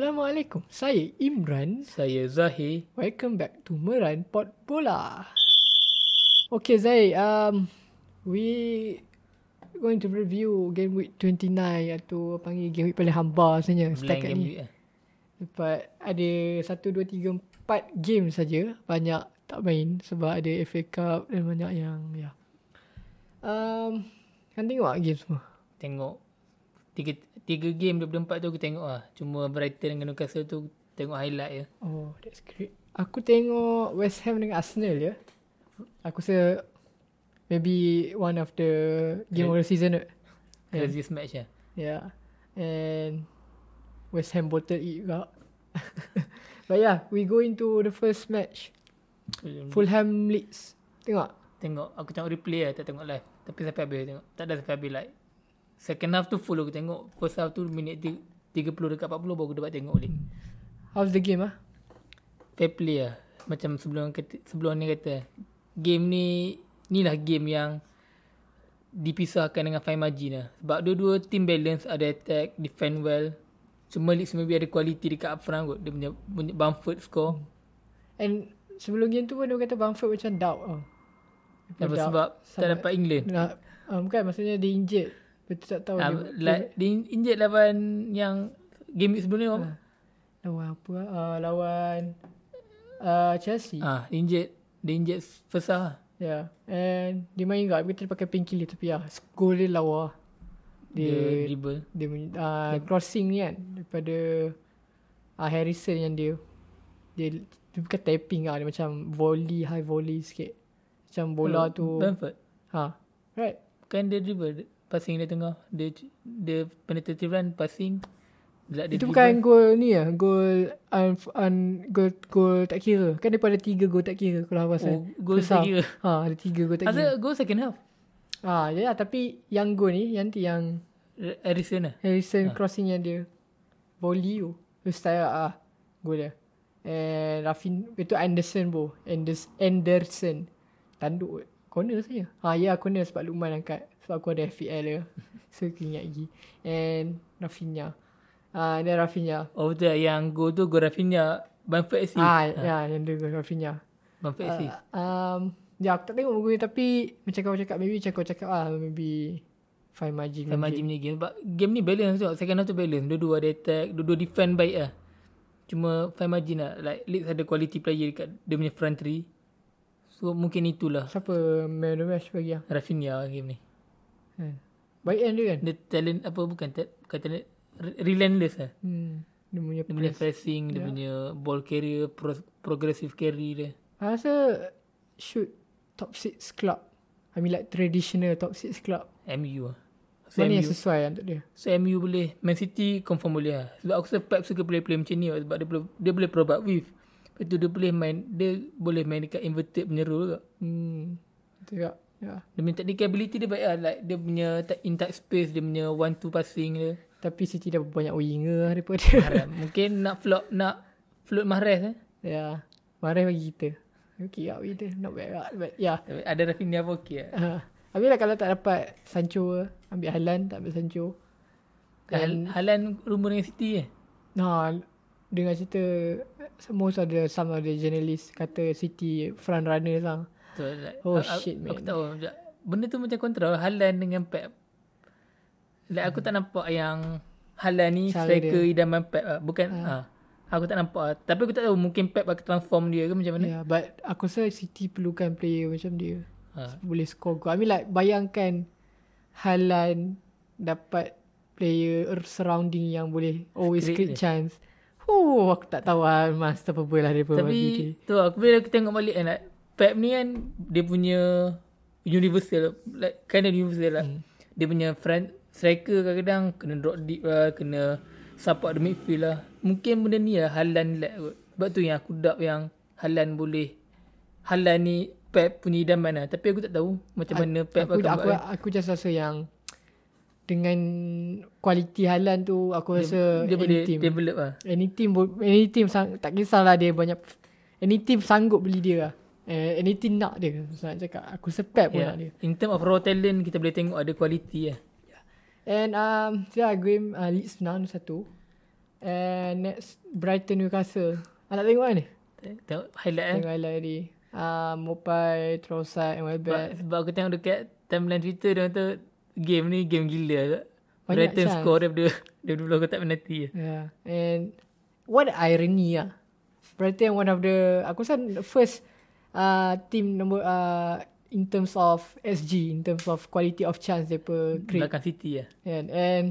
Assalamualaikum, saya Imran. Saya Zahir. Welcome back to Meran Pot Bola. Okay Zahir, um, we going to review Game Week 29 atau panggil Game Week paling hamba sebenarnya setakat ni. week eh. Sebab ada 1, 2, 3, 4 game saja Banyak tak main Sebab ada FA Cup dan banyak yang ya. Um, kan tengok tak game semua Tengok. Tiga, tiga game daripada empat tu aku tengok lah. Cuma Brighton dengan Newcastle tu tengok highlight je. Oh that's great Aku tengok West Ham dengan Arsenal ya Aku rasa Maybe one of the game of the season kot. Yeah. Craziest match lah. Yeah And West Ham bottle it juga But yeah We go into the first match Fulham Leeds Tengok Tengok. Aku tengok replay lah. Tak tengok live. Tapi sampai habis tengok. Tak ada sampai habis like. Second half tu full aku tengok. First half tu minit ti- 30 dekat 40 baru aku dapat tengok balik. How's the game ah? Fair play lah. Macam sebelum kata, sebelum ni kata. Game ni. Ni lah game yang dipisahkan dengan fine margin lah. Sebab dua-dua team balance ada attack, defend well. Cuma Leeds maybe ada quality dekat upfront lah kot. Dia punya, punya Bamford score. And sebelum game tu pun dia kata Bamford macam doubt tau. Dia Apa doubt sebab tak sangat. dapat England. Nak, uh, bukan maksudnya dia injet. Betul tak tahu Ah, dia, dia Ah. like, dia injet lawan yang game week sebelum ni apa? lawan apa. Uh, lawan uh, Chelsea. Ah, dia injet. Dia injet first half. lah. Yeah. And dia main juga. Dia pakai painkiller tapi ya. Skor dia lawa. Dia Dia, dia, dribble. dia, men- uh, crossing ni kan. Daripada uh, Harrison yang dia. Dia, dia bukan tapping lah. Dia macam volley, high volley sikit. Macam bola Oh, tu. Bamford. Ha. Right. Bukan dia dribble. Dia- Passing dia tengah. Dia, dia penetrative run passing. Dia, Itu bukan gol ni ya, gol un, un gol gol tak kira. Kan depa ada 3 gol tak kira kalau abang Oh, gol tak kira. Ha, ada 3 gol tak kira. Asal go second half. Ha, ya, ya tapi yang gol ni yang ti- yang Arizona. Harrison crossing yang dia volley tu. Terus saya ah gol dia. And Rafin itu Anderson bo. Anders, Anderson. Tanduk kot. corner saya. Ha ya corner sebab Lukman angkat. Sebab aku ada FPL dia. So aku ingat lagi. And Rafinha. Ah, dan Rafinha. Oh betul yang go tu go Rafinha. Bamford AC. Ah, ya, yang dia gol Rafinha. Bamford AC. Um, ya, aku tak tengok muka dia tapi macam kau cakap, maybe macam kau cakap ah, maybe fine margin. Sama mungkin. Jim ni game. Sebab game ni balance tu. Second half tu balance. Dua-dua ada attack. Dua-dua defend baik lah. Cuma fine margin lah. Like Leeds ada quality player dekat dia punya front three. So mungkin itulah Siapa man of the match bagi yang? Rafinha lah game ni. Hmm. Baik kan dia kan? Dia talent apa bukan ta- bukan talent. re- Relentless lah. Hmm. Dia punya Dia punya press. pressing. Dia punya ball carrier. Pro- progressive carry dia. Aku rasa shoot top 6 club. I mean like traditional top 6 club. MU lah. So, Mana yang MU, sesuai lah untuk dia? so MU boleh. Man City confirm boleh lah. Sebab aku rasa Pep suka play-play macam ni. lah. Sebab dia boleh, dia boleh provide with. Lepas tu dia boleh main. Dia boleh main dekat inverted punya role juga. Hmm. Betul tak? Ya. Dia punya technical ability dia baik lah. Like dia punya ta- in tight space, dia punya one two passing dia. Tapi City dah banyak winger lah daripada dia. Haram. Mungkin nak flop, nak float Mahrez eh. ya. Marah bagi kita. Okay lah bagi kita. Not bad lah. But yeah. Tapi Ada Rafinha pun okey lah. Ha. Habis lah kalau tak dapat Sancho ke, ambil Halan tak ambil Sancho. Hal- Halan rumor dengan City eh. Ha, dengar cerita most ada some ada jurnalis kata City front runner lah. So, like, Oh, a- a- shit, man. Aku tahu. sekejap. Benda tu macam kontra. Halan dengan Pep. Like aku tak nampak yang Halan ni Cara Ah. striker idaman Pep lah. Bukan. Ha. Aku tak nampak lah. Tapi aku tak tahu mungkin Pep akan transform dia ke macam mana. Yeah, Ya, but aku rasa City perlukan player macam dia. Ha. Boleh score gol. I mean like bayangkan Halan dapat player surrounding yang boleh always create Create chance. Oh, aku tak tahu lah Mas apa pula daripada Tapi tu aku bila aku tengok balik kan like, Pep ni kan dia punya universal like kind of universal lah. Hmm. Dia punya front striker kadang-kadang kena drop deep lah, kena support the midfield lah. Mungkin benda ni lah Halan lag kot. Sebab tu yang aku doubt yang Halan boleh Halan ni Pep punya idaman lah. Tapi aku tak tahu macam mana Pep aku, akan aku, buat. eh? aku just rasa yang dengan kualiti Halan tu aku rasa eh. Dia any boleh team develop lah. any team bo- any team sang, tak kisahlah dia banyak any team sanggup beli dia lah. Eh, any team nak dia saya nak cakap aku sepep pun Yeah. nak dia Ya. In term of raw talent kita boleh tengok ada quality lah. and um yeah game uh, Leeds menang 1 And next Brighton Newcastle. Ah, tak tengok kan ni? Tengok highlight eh. Tengok highlight tadi. Ah, Mopai, Trossard and Sebab, Welbeck. sebab aku tengok dekat timeline Twitter dia kata game ni game gila tak. Banyak Brighton chance. score daripada daripada blok kotak penalti je. Yeah. And what irony lah. Brighton one of the aku rasa the first uh, team nombor uh, in terms of SG, in terms of quality of chance depa create. Belakang City lah. And, and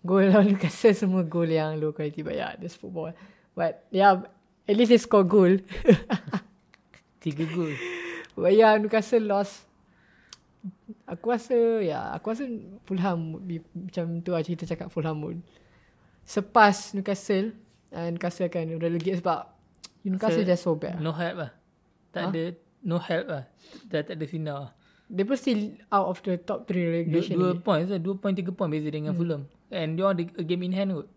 goal lawan Newcastle semua goal yang low quality but yeah, this football. But yeah, at least they score goal. Tiga gol. but ya, yeah, Newcastle lost. Aku rasa ya, yeah, aku rasa Fulham would be, macam tu lah cerita cakap Fulham would sepas Newcastle and Newcastle akan relegate sebab Newcastle So, just so bad. No help lah. Tak Ha? ada no help lah. Dah tak ada sinar lah. They pun still out of the top 3 Dua, relegation. dua Dua, point so, Dua point tiga point beza dengan Hmm. Fulham. And dia orang ada a game in hand kot.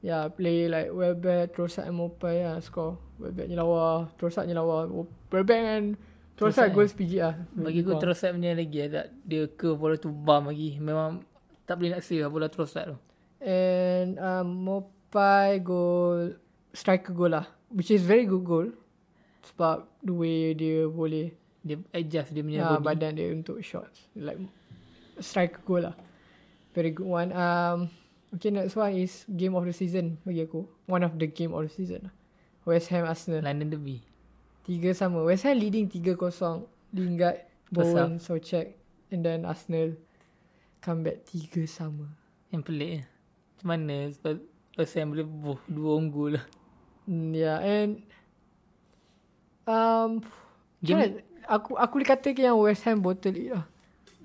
Yeah, Ya, play like Welbeck, Trossard and Mopai lah score. Welbeck nyelawa, Trossard nyelawa. Welbeck and Trossard Trossard, goals PG lah. Bagi aku Trossard punya lagi lah. Tak, dia ke bola tu bam lagi. Memang tak boleh nak save lah bola Trossard tu. And um, Mopai goal Striker goal lah Which is very good goal Sebab The way dia boleh Dia adjust dia punya yeah, body. Badan dia untuk shots Like Striker goal lah Very good one um, Okay next one is Game of the season Bagi aku One of the game of the season lah. West Ham Arsenal London Derby. Tiga sama West Ham leading 3-0 Lingard Bowen Socek And then Arsenal Comeback tiga sama Yang pelik je. Macam mana sebab West Ham boleh buh, dua unggul lah. Mm, Yeah, and um, Game- Game... aku aku boleh kata ke yang West Ham bottle it lah.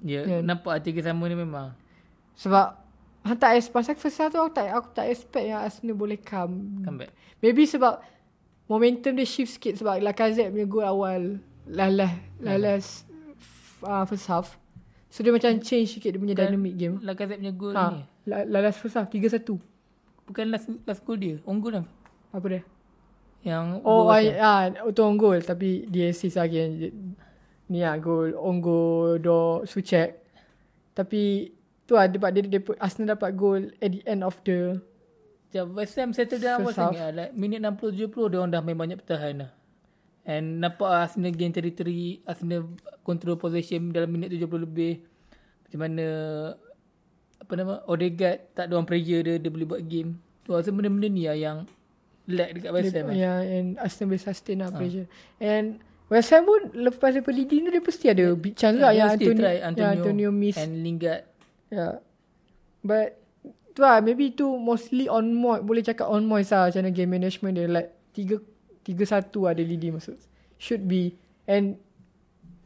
Ya, Ya. yeah. nampak hati sama ni memang. Sebab aku tak expect pasal first half tu aku tak aku tak expect yang Arsenal boleh come. Comeback. Maybe sebab momentum dia shift sikit sebab Lacazette punya goal awal lalah lalah uh, first half. So dia macam change sikit dia punya Bukan- dynamic game. Lacazette punya gol ha. Ya. ni. Ha, la- lalas first half 3-1. Bukan last last goal dia. Unggul lah. Apa dia? Yang Oh, Bowen I, ah, tu on goal tapi dia assist lagi yang ni lah goal on goal do sucek. Tapi tu lah dapat dia, dia, put- Arsenal dapat goal at the end of the Macam West Ham settle down First First half. Lah. Like, minit 60-70 dia orang dah main banyak pertahanan. And nampak ah, Arsenal gain territory, Arsenal control possession dalam minit 70 lebih. Macam mana apa nama Odegaard tak ada orang pressure dia dia boleh buat game. Tu rasa benda-benda ni lah yang lag dekat West dia, ya, Ham. Ah. lah. yeah, and Arsenal boleh sustain lah pressure. And West Ham pun lepas daripada leading tu dia pasti ada big chance lah Dia yang Ah, still Antonio, try yang Antonio miss. and Lingard Yeah. Ya. But tu lah maybe tu mostly on Moy boleh cakap on Moy lah macam mana game management dia like 3 3-1 ada leading masuk. Should be and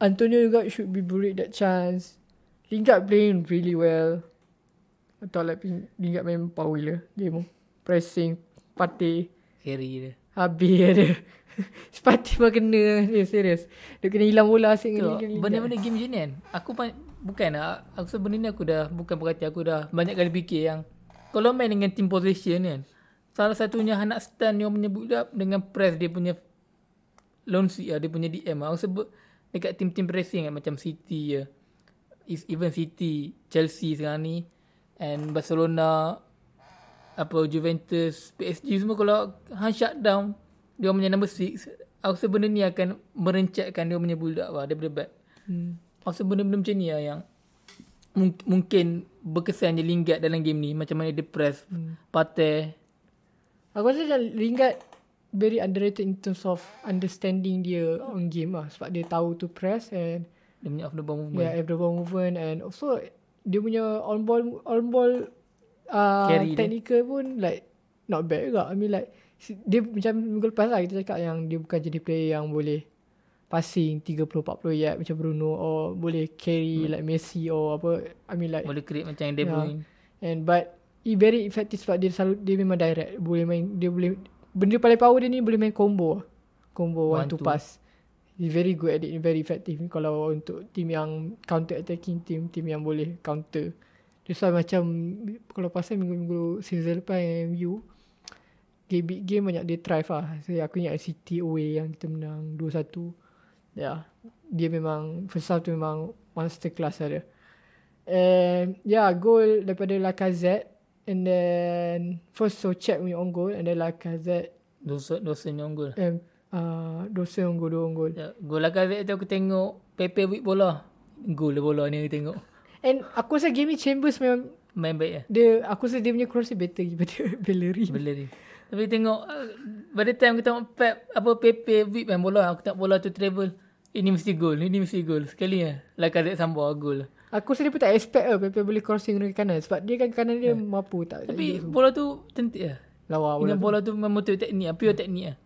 Antonio juga should be buried that chance. Lingard playing really well. I thought like Ping- Lingard main power gila game tu. Pressing, party, carry dia. habis dia. Sepati pun kena dia serius. Dia kena hilang bola asyik Tu, dengan Lingard. benda-benda game macam ni kan. Aku pan, bukan lah. Aku rasa benda ni aku dah, bukan berkati aku dah banyak kali fikir yang kalau main dengan team possession kan. Salah satunya anak stun yang punya build up dengan press dia punya launch lah, dia punya DM lah. Aku sebut dekat team-team pressing kan macam City je. Is even City, Chelsea sekarang ni and Barcelona apa Juventus, PSG semua kalau hang shutdown dia punya number 6 aku rasa benda ni akan merencatkan dia punya build up lah daripada back. Hmm. Aku rasa benda-benda macam ni lah yang mung- mungkin berkesan je Lingard dalam game ni macam mana dia press hmm. Partey Aku rasa macam Lingard very underrated in terms of understanding dia on game lah. Sebab dia tahu to press and dia punya off the ball dia movement. yeah, have the ball movement and also dia punya on ball on ball uh, Carry dia. technical dia. pun like not bad juga. I mean like si- dia macam minggu lepas lah kita cakap yang dia bukan jadi player yang boleh passing 30-40 yard macam Bruno or boleh carry hmm. like Messi or apa. I mean like Boleh create macam yang De Bruyne. And but he very effective sebab dia selalu dia memang direct. Boleh main dia boleh benda paling power dia ni boleh main combo. Combo one, One, two, two. pass. He very good at it, he very effective kalau untuk team yang counter attacking team, team yang boleh counter. That's why macam kalau pasal minggu-minggu season lepas yang MU game big game banyak dia thrive lah. So, aku ingat City away yang kita menang 2-1. Yeah. Dia memang first half tu memang monster class lah dia. And yeah, goal daripada Lacazette And then first so check punya on goal and then Lacazette Dosa dosa ni unggul. um, uh, dosa on goal dua on goal. Ya, gol Lacazette tu aku tengok Pepe with bola. Gol dia bola ni aku tengok. And aku rasa game ni Chambers memang Main baik ya. dia aku rasa dia punya cross dia better daripada Bellerin. Bela ni. Tapi tengok uh, by the time aku tengok Pep apa Pepe with main bola aku tengok bola tu travel. Ini mesti gol, ini mesti gol sekali ya. Lacazette sambal gol. Aku rasa dia pun tak expect lah Pepe boleh crossing dengan kanan sebab dia kan kanan dia mampu tak. tak Eh. Tapi bola tu cantik lah. lawa bola. Ini Ya, bola tu memang betul teknik lah, pure teknik lah.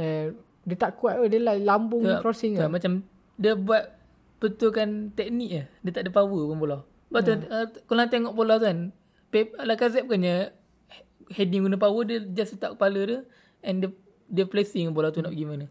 Eh, dia tak kuat lah dia lah lambung Tak, crossing lah. tak, Kan, Macam dia buat betulkan teknik lah. Dia tak ada power pun bola. Sebab Hmm. tu uh, kalau nak tengok bola tu kan, Pep, Lacazette bukannya heading guna power, dia just letak kepala dia and dia, dia placing bola tu nak pergi mana.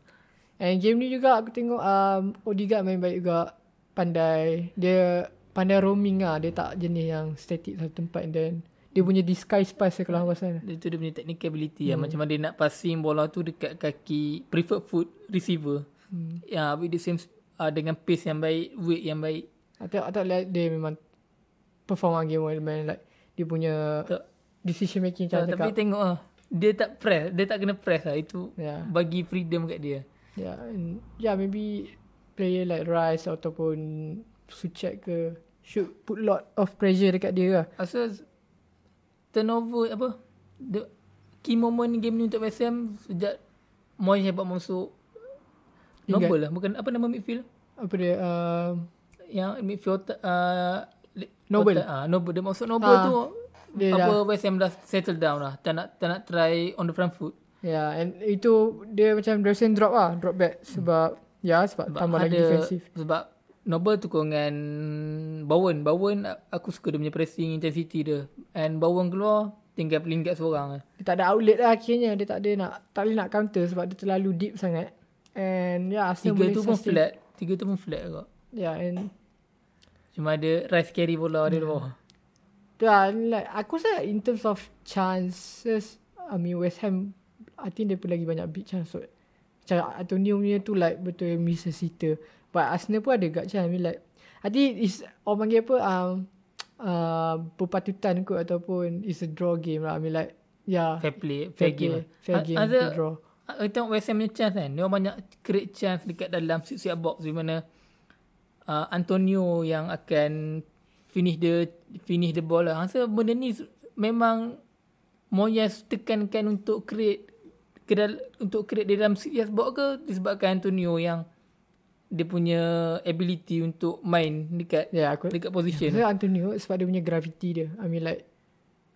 And game ni juga aku tengok um, Odegaard main baik juga. Pandai. Dia pandai roaming lah. Dia tak jenis yang static satu tempat. And then dia punya disguise pass dia kalau aku rasa. Itu dia punya technical ability hmm. lah. Macam mana dia nak passing bola tu dekat kaki preferred foot receiver. Hmm. Ya, with the same uh, dengan pace yang baik, weight yang baik. Atau, atau lihat dia memang perform lah game dia main like dia punya Tak. decision making macam Tak, tapi cakap. tengok lah. Dia tak press. Dia tak kena press lah. Itu Ya. bagi freedom kat dia. Yeah, and, yeah, maybe player like Rice ataupun Suchet ke should put lot of pressure dekat dia lah. Rasa turnover apa the key moment game ni untuk West Ham sejak Moyes hebat masuk Lingard. nombor lah bukan apa nama midfield Apa dia? Um, yang midfield uh, Noble. ah Noble dia masuk Noble Ah, tu dia apa West Ham dah settle down lah tak nak tak nak try on the front foot yeah, Ya, and itu dia macam dressing drop lah. Drop back. Sebab, ya yeah, sebab, Hmm. sebab tambah lagi ada- defensif. sebab Noble tu dengan Bowen Bowen aku suka dia punya pressing intensity dia and Bowen keluar tinggal Lingard seorang lah. Dia tak ada outlet lah akhirnya. Dia tak ada nak, tak boleh nak counter sebab dia terlalu deep sangat. And yeah, Arsenal Tiga boleh tu pun sustain. flat. Tiga tu pun flat juga. Yeah, and Cuma ada rice carry bola Ya. dia di bawah. yeah, and like, aku rasa in terms of chances, I mean West Ham, I think dia pun lagi banyak big chance. So, macam Antonio punya tu like betul miss a sitter. But Arsenal pun ada gak chance. I mean like, I think is orang panggil apa, um, uh, berpatutan kot ataupun is a draw game lah. I mean like, yeah. Fair play, fair, game. Ha, Fair A- game Ada, to draw. a- kita tengok West Ham punya chance kan. Dia orang banyak create chance dekat dalam siap-siap box di mana uh, Antonio yang akan finish the finish the ball lah. Rasa benda ni s- memang Moyes tekankan untuk create kedal, untuk create di dalam siap box ke disebabkan Antonio yang dia punya ability untuk main dekat Yeah, aku, dekat position. Saya Antonio sebab dia punya gravity dia. I mean like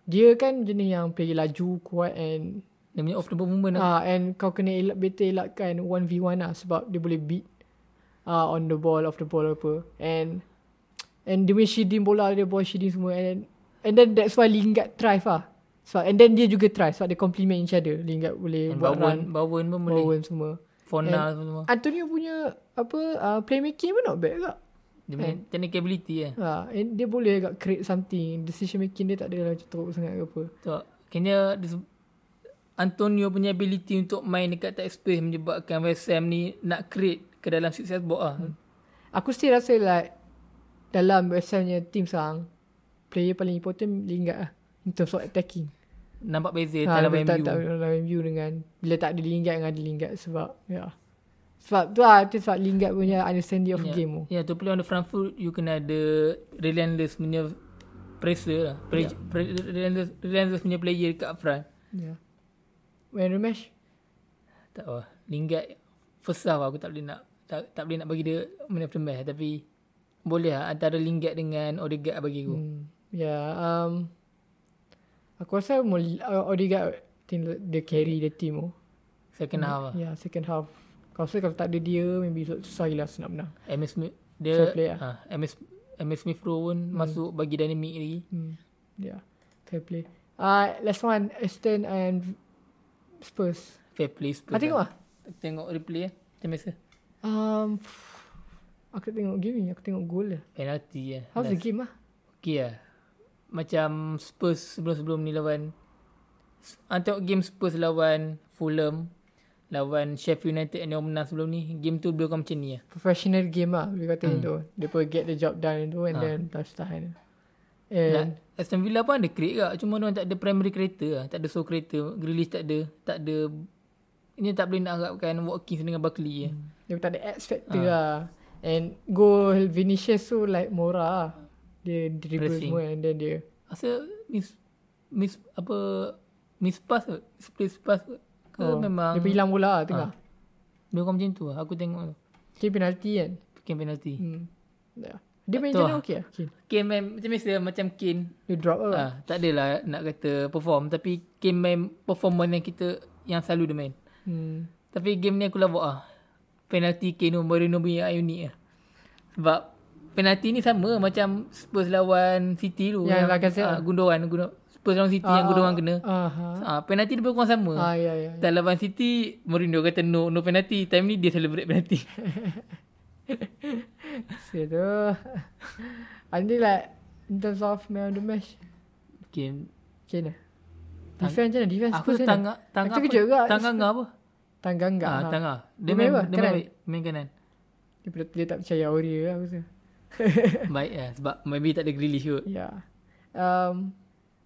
dia kan jenis yang play laju, kuat and Dia punya off the ball movement lah. ah and kau kena elak better elakkan 1v1 lah sebab dia boleh beat ah on the ball, off the ball apa. And and dia punya shielding bola dia ball shielding semua and then, and then that's why Lingard thrive lah. Sebab and then dia juga thrive sebab dia complement each other. Lingard boleh And buat Bowen, run, Bowen pun boleh. Bowen semua. Fona semua. Antonio punya apa uh, playmaking pun not bad juga. Dia punya Eh. technical ability kan. Ha, and dia boleh agak create something. Decision making dia tak ada lah, macam teruk sangat ke apa. So, kena Antonio punya ability untuk main dekat tight space menyebabkan West Ham ni nak create ke dalam six yard box lah. Hmm. Aku still rasa like dalam West Ham punya team sekarang, player paling important Lingard lah. In terms of attacking. Nampak beza Ha, Eh, dalam bila tak, MU. tak, dalam MU dengan bila tak ada Lingard dengan ada Lingard sebab ya. Sebab tu lah, tu sebab Lingard punya understanding of yeah. game tu. Ya, yeah, to play on the front foot, you kena ada relentless punya pressure lah. Pre- Ya. pre- relentless, relentless punya player dekat up front. Yeah. ya. When rematch, Tak apa. Lingard first half aku tak boleh nak tak, tak boleh nak bagi dia man of the match tapi boleh lah antara Lingard dengan Odegaard bagi aku. hmm, yeah, um, aku rasa Mul- uh, Odegaard think dia carry the team tu. Second half lah. Ya, yeah, second half. Kau rasa kalau tak ada dia, maybe susah gila Arsenal nak menang. Emil Smith Fair dia play lah. ha, Emil, Sm- Emil Smith Rowe pun masuk bagi dynamic lagi. Hmm. Yeah, fair play. Uh, last one, Aston and Spurs. Fair play Spurs. Ah, tengok lah. Aku tengok replay lah. Macam biasa. Um, kan aku tak tengok game ni, aku tengok goal lah. Penalty lah. How's Last- the game lah? Okay lah. Macam Spurs sebelum-sebelum ni lawan ah, tengok game Spurs lawan Fulham lawan Sheffield United yang dia orang menang sebelum ni game tu build macam ni lah. Professional er game lah, boleh kata hmm. tu. Dia pun get the job done tu and then terus tahan. Nak, And, Aston Villa pun ada crate kat. Cuma dia tak ada primary kereta lah. Tak ada show kereta. Grealish tak ada. Tak ada. Ini tak boleh nak harapkan Watkins dengan Buckley hmm. Dia tak ada X factor lah. And goal Vinicius tu like Mora lah. Dia dribble Pressing. semua and then dia Rasa miss, miss apa miss pass ke? Misplace pass ke? Ke oh. memang dia dia, hilang bola lah tengah. dia macam tu lah. Aku tengok tu. Okay penalty kan. Game penalty. Hmm. Hmm. Ya. Dia main tahu macam mana lah. okey lah. Okay. Kane main macam biasa macam Kane. Dia drop lah. Ah, tak adalah nak kata perform tapi Kane main performance yang kita yang selalu dia main. Hmm. Tapi game ni aku lawak ah. Penalti Keno Moreno punya Ioni ah. Sebab penalti ni sama macam Spurs lawan City tu. Yang Lacazette ah, lah. gundogan, gundogan. Spurs lawan City yang gundogan kena. Aha. Ah, penalti dia berkurang sama. Ah, ya, ya. Dan lawan City Mourinho kata no no penalti. Time ni dia celebrate penalti. So tu. And then like, in terms of man of the match, game macam mana? Defense macam mana? Defense aku tangga tangga Aku kejut juga. Tangga ngah apa? Tanggang enggak. Ah, ha. tangga. Dia Dia main main apa? dia main Kanan? baik. main kanan. Dia, ber- dia tak percaya Auri lah aku rasa. baik lah sebab maybe tak ada Grealish kot. Ya. Um,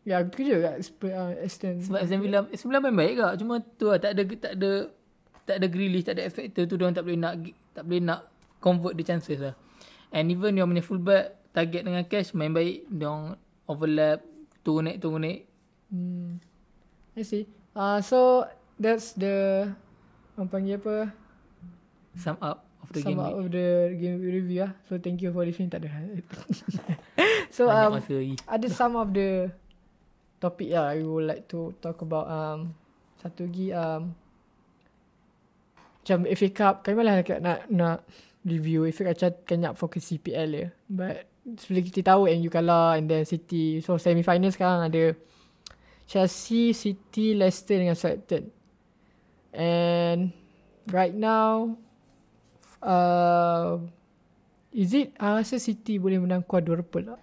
ya, aku kerja kat Sp- uh, Aston. Sebab Aston Villa Aston Villa main baik kak. Cuma tu lah tak ada tak ada tak ada Grealish, tak ada X Factor tu dia tak boleh nak tak boleh nak convert the chances lah. And even dia punya fullback target dengan cash main baik dia orang overlap turun naik turun naik. Hmm. I see. Uh, so, that's the... Orang panggil apa? Sum up of the Some game. out of the game review lah. So, thank you for listening. Tak ada. so, Banyak um, masa lagi. ada some of the topic lah I would like to talk about um satu lagi um macam FA Cup kami malah nak, nak, nak review FA Cup macam kan nak fokus CPL dia but sebelum kita tahu MU kalah and then City so semi final sekarang ada Chelsea, City, Leicester dengan Southampton and right now uh, is it I rasa City boleh menang quadruple lah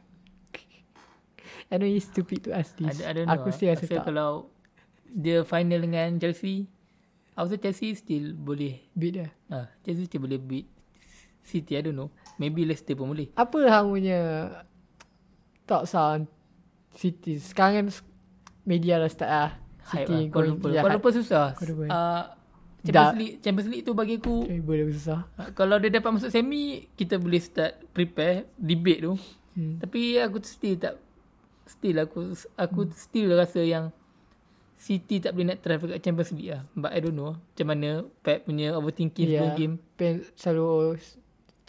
I know it's stupid to ask this. Ada ada aku still rasa tak. kalau dia final dengan Chelsea Aku rasa Chelsea still boleh Beat dia. ah, Chelsea still boleh beat City I don't know Maybe Leicester pun boleh Apa hang punya thoughts on City? Sekarang kan media dah start lah. City Hype ya, lah. Kau lupa. Kau lupa susah. Kau lupa. Uh, Dah. Champions League, Champions League tu bagi aku Okay, Eh, boleh susah. uh, kalau dia dapat masuk semi kita boleh start prepare debate tu. Hmm. Tapi aku still tak still aku aku Hmm. still rasa yang City tak boleh nak try kat Champions League lah. But I don't know macam mana Pep punya overthinking yeah. Ya. sebelum game. Pen, selalu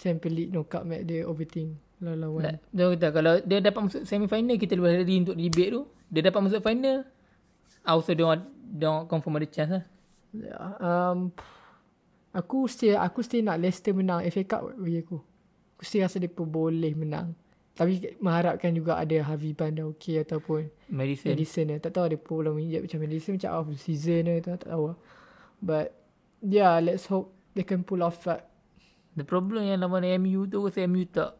Champions League knockout match dia overthink lawan-lawan. Like, dia kata kalau dia dapat masuk semi final kita boleh ready untuk debate tu. Dia dapat masuk final also dia orang dia orang confirm ada chance lah. Yeah. Um, aku still aku still nak Leicester menang FA Cup kot bagi aku. Aku still rasa dia pun boleh menang. Tapi mengharapkan juga ada Harvey Bandar okay ataupun Madison Madison ni. eh. Tak tahu ada problem injek macam Madison macam off season ni. Tak, tak tahu lah. But yeah, let's hope they can pull off that. The problem yang lawan MU tu Rasa MU tak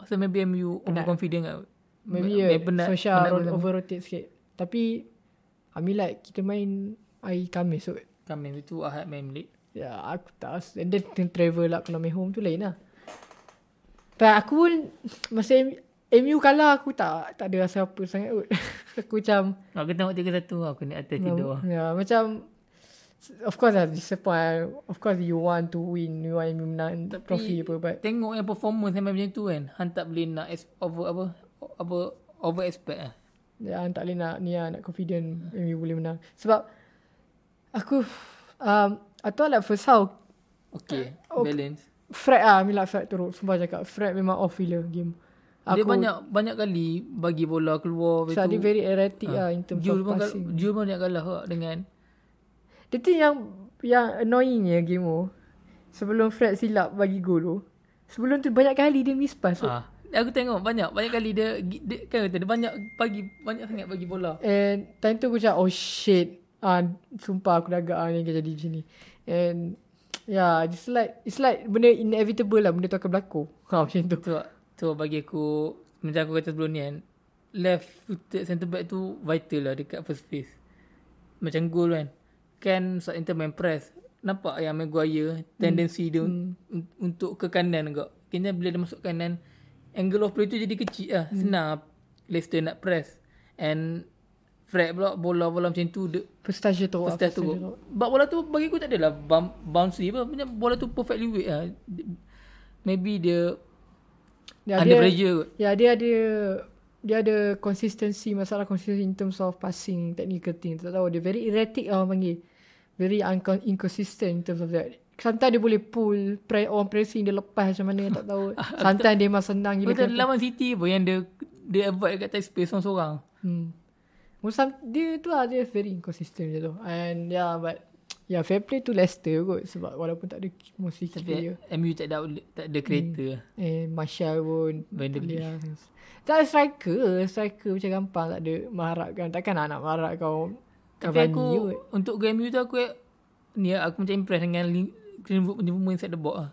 Rasa maybe MU Overconfident kat Maybe lah. Maybe yeah, penat- Sosha penat ro- bersama. over rotate sikit. Tapi I mean like kita main hari Khamis so Kami tu Ahad main late Ya, aku tak rasa. And then kena travel lah kalau main home tu lain lah. Tapi aku pun masa M- MU kalah aku tak tak ada rasa apa sangat kot. aku macam Aku tengok 3-1 Aku ni atas tidur lah. Ya, macam of course lah disappoint. Of course you want to win, you want MU menang Tapi- trophy apa but Tengok yang performance Yang main macam tu kan Han tak boleh nak ex- Over apa Apa Over expect lah ya, tak boleh nak ni lah, nak confident MU boleh menang. Sebab aku um, I thought like first half Okay Okay. Balance Fred lah, I mean like Fred teruk. Sumpah cakap, Fred memang off gila game. Dia banyak Banyak kali Bagi bola keluar So, dia very erratic lah Ah, in terms of Jul pun kal- passing. Jul pun banyak kalah kak Dengan The thing yang yang annoyingnya game tu, sebelum Fred silap bagi gol tu, sebelum tu banyak kali dia miss pass. ah, Aku tengok banyak Banyak kali dia, dia Kan kata dia banyak Bagi Banyak sangat bagi bola And time tu aku macam oh shit. Ah sumpah aku dah agak ah, ni akan jadi macam ni. And yeah, it's like it's like benda inevitable lah benda tu akan berlaku. Ha macam tu. Tu tu bagi aku macam aku kata sebelum ni kan left footed centre back tu vital lah dekat first place. Macam goal kan. Kan Southampton main press. Nampak yang Maguire tendency dia un- un- untuk ke kanan kau. Kena bila dia masuk kanan angle of play tu jadi kecil lah. Senang Leicester nak press and Fred pula bola-bola macam tu dia Pistache teruk. First test tu But bola tu bagi aku tak adalah bum- bouncy apa Macam bola tu perfectly weight lah Maybe dia Dia under ada, pressure kot ya, dia ada dia ada consistency, masalah consistency in terms of passing, technical thing. Tak tahu, dia very erratic lah orang panggil. Very unco- inconsistent in terms of that. Sometimes dia boleh pull, pre- orang pressing dia lepas macam mana, tak tahu. Sometimes dia memang senang gila. Betul lawan City pun yang dia dia avoid kat atas space seorang-seorang Hmm. Musam dia tu lah dia very inconsistent macam tu. And yeah but yeah fair play tu Leicester kot sebab walaupun tak ada ki- mostly Tapi key dia. MU tak ada outlet- tak ada lah. kereta Eh Martial pun Van de Beek. dia tak ada striker, striker macam gampang tak ada mengharapkan. Takkan nak nak mengharap kau Hmm. Tapi aku untuk game MU tu aku eh, ni lah, aku macam impressed dengan Lin- Greenwood punya pemain inside the box lah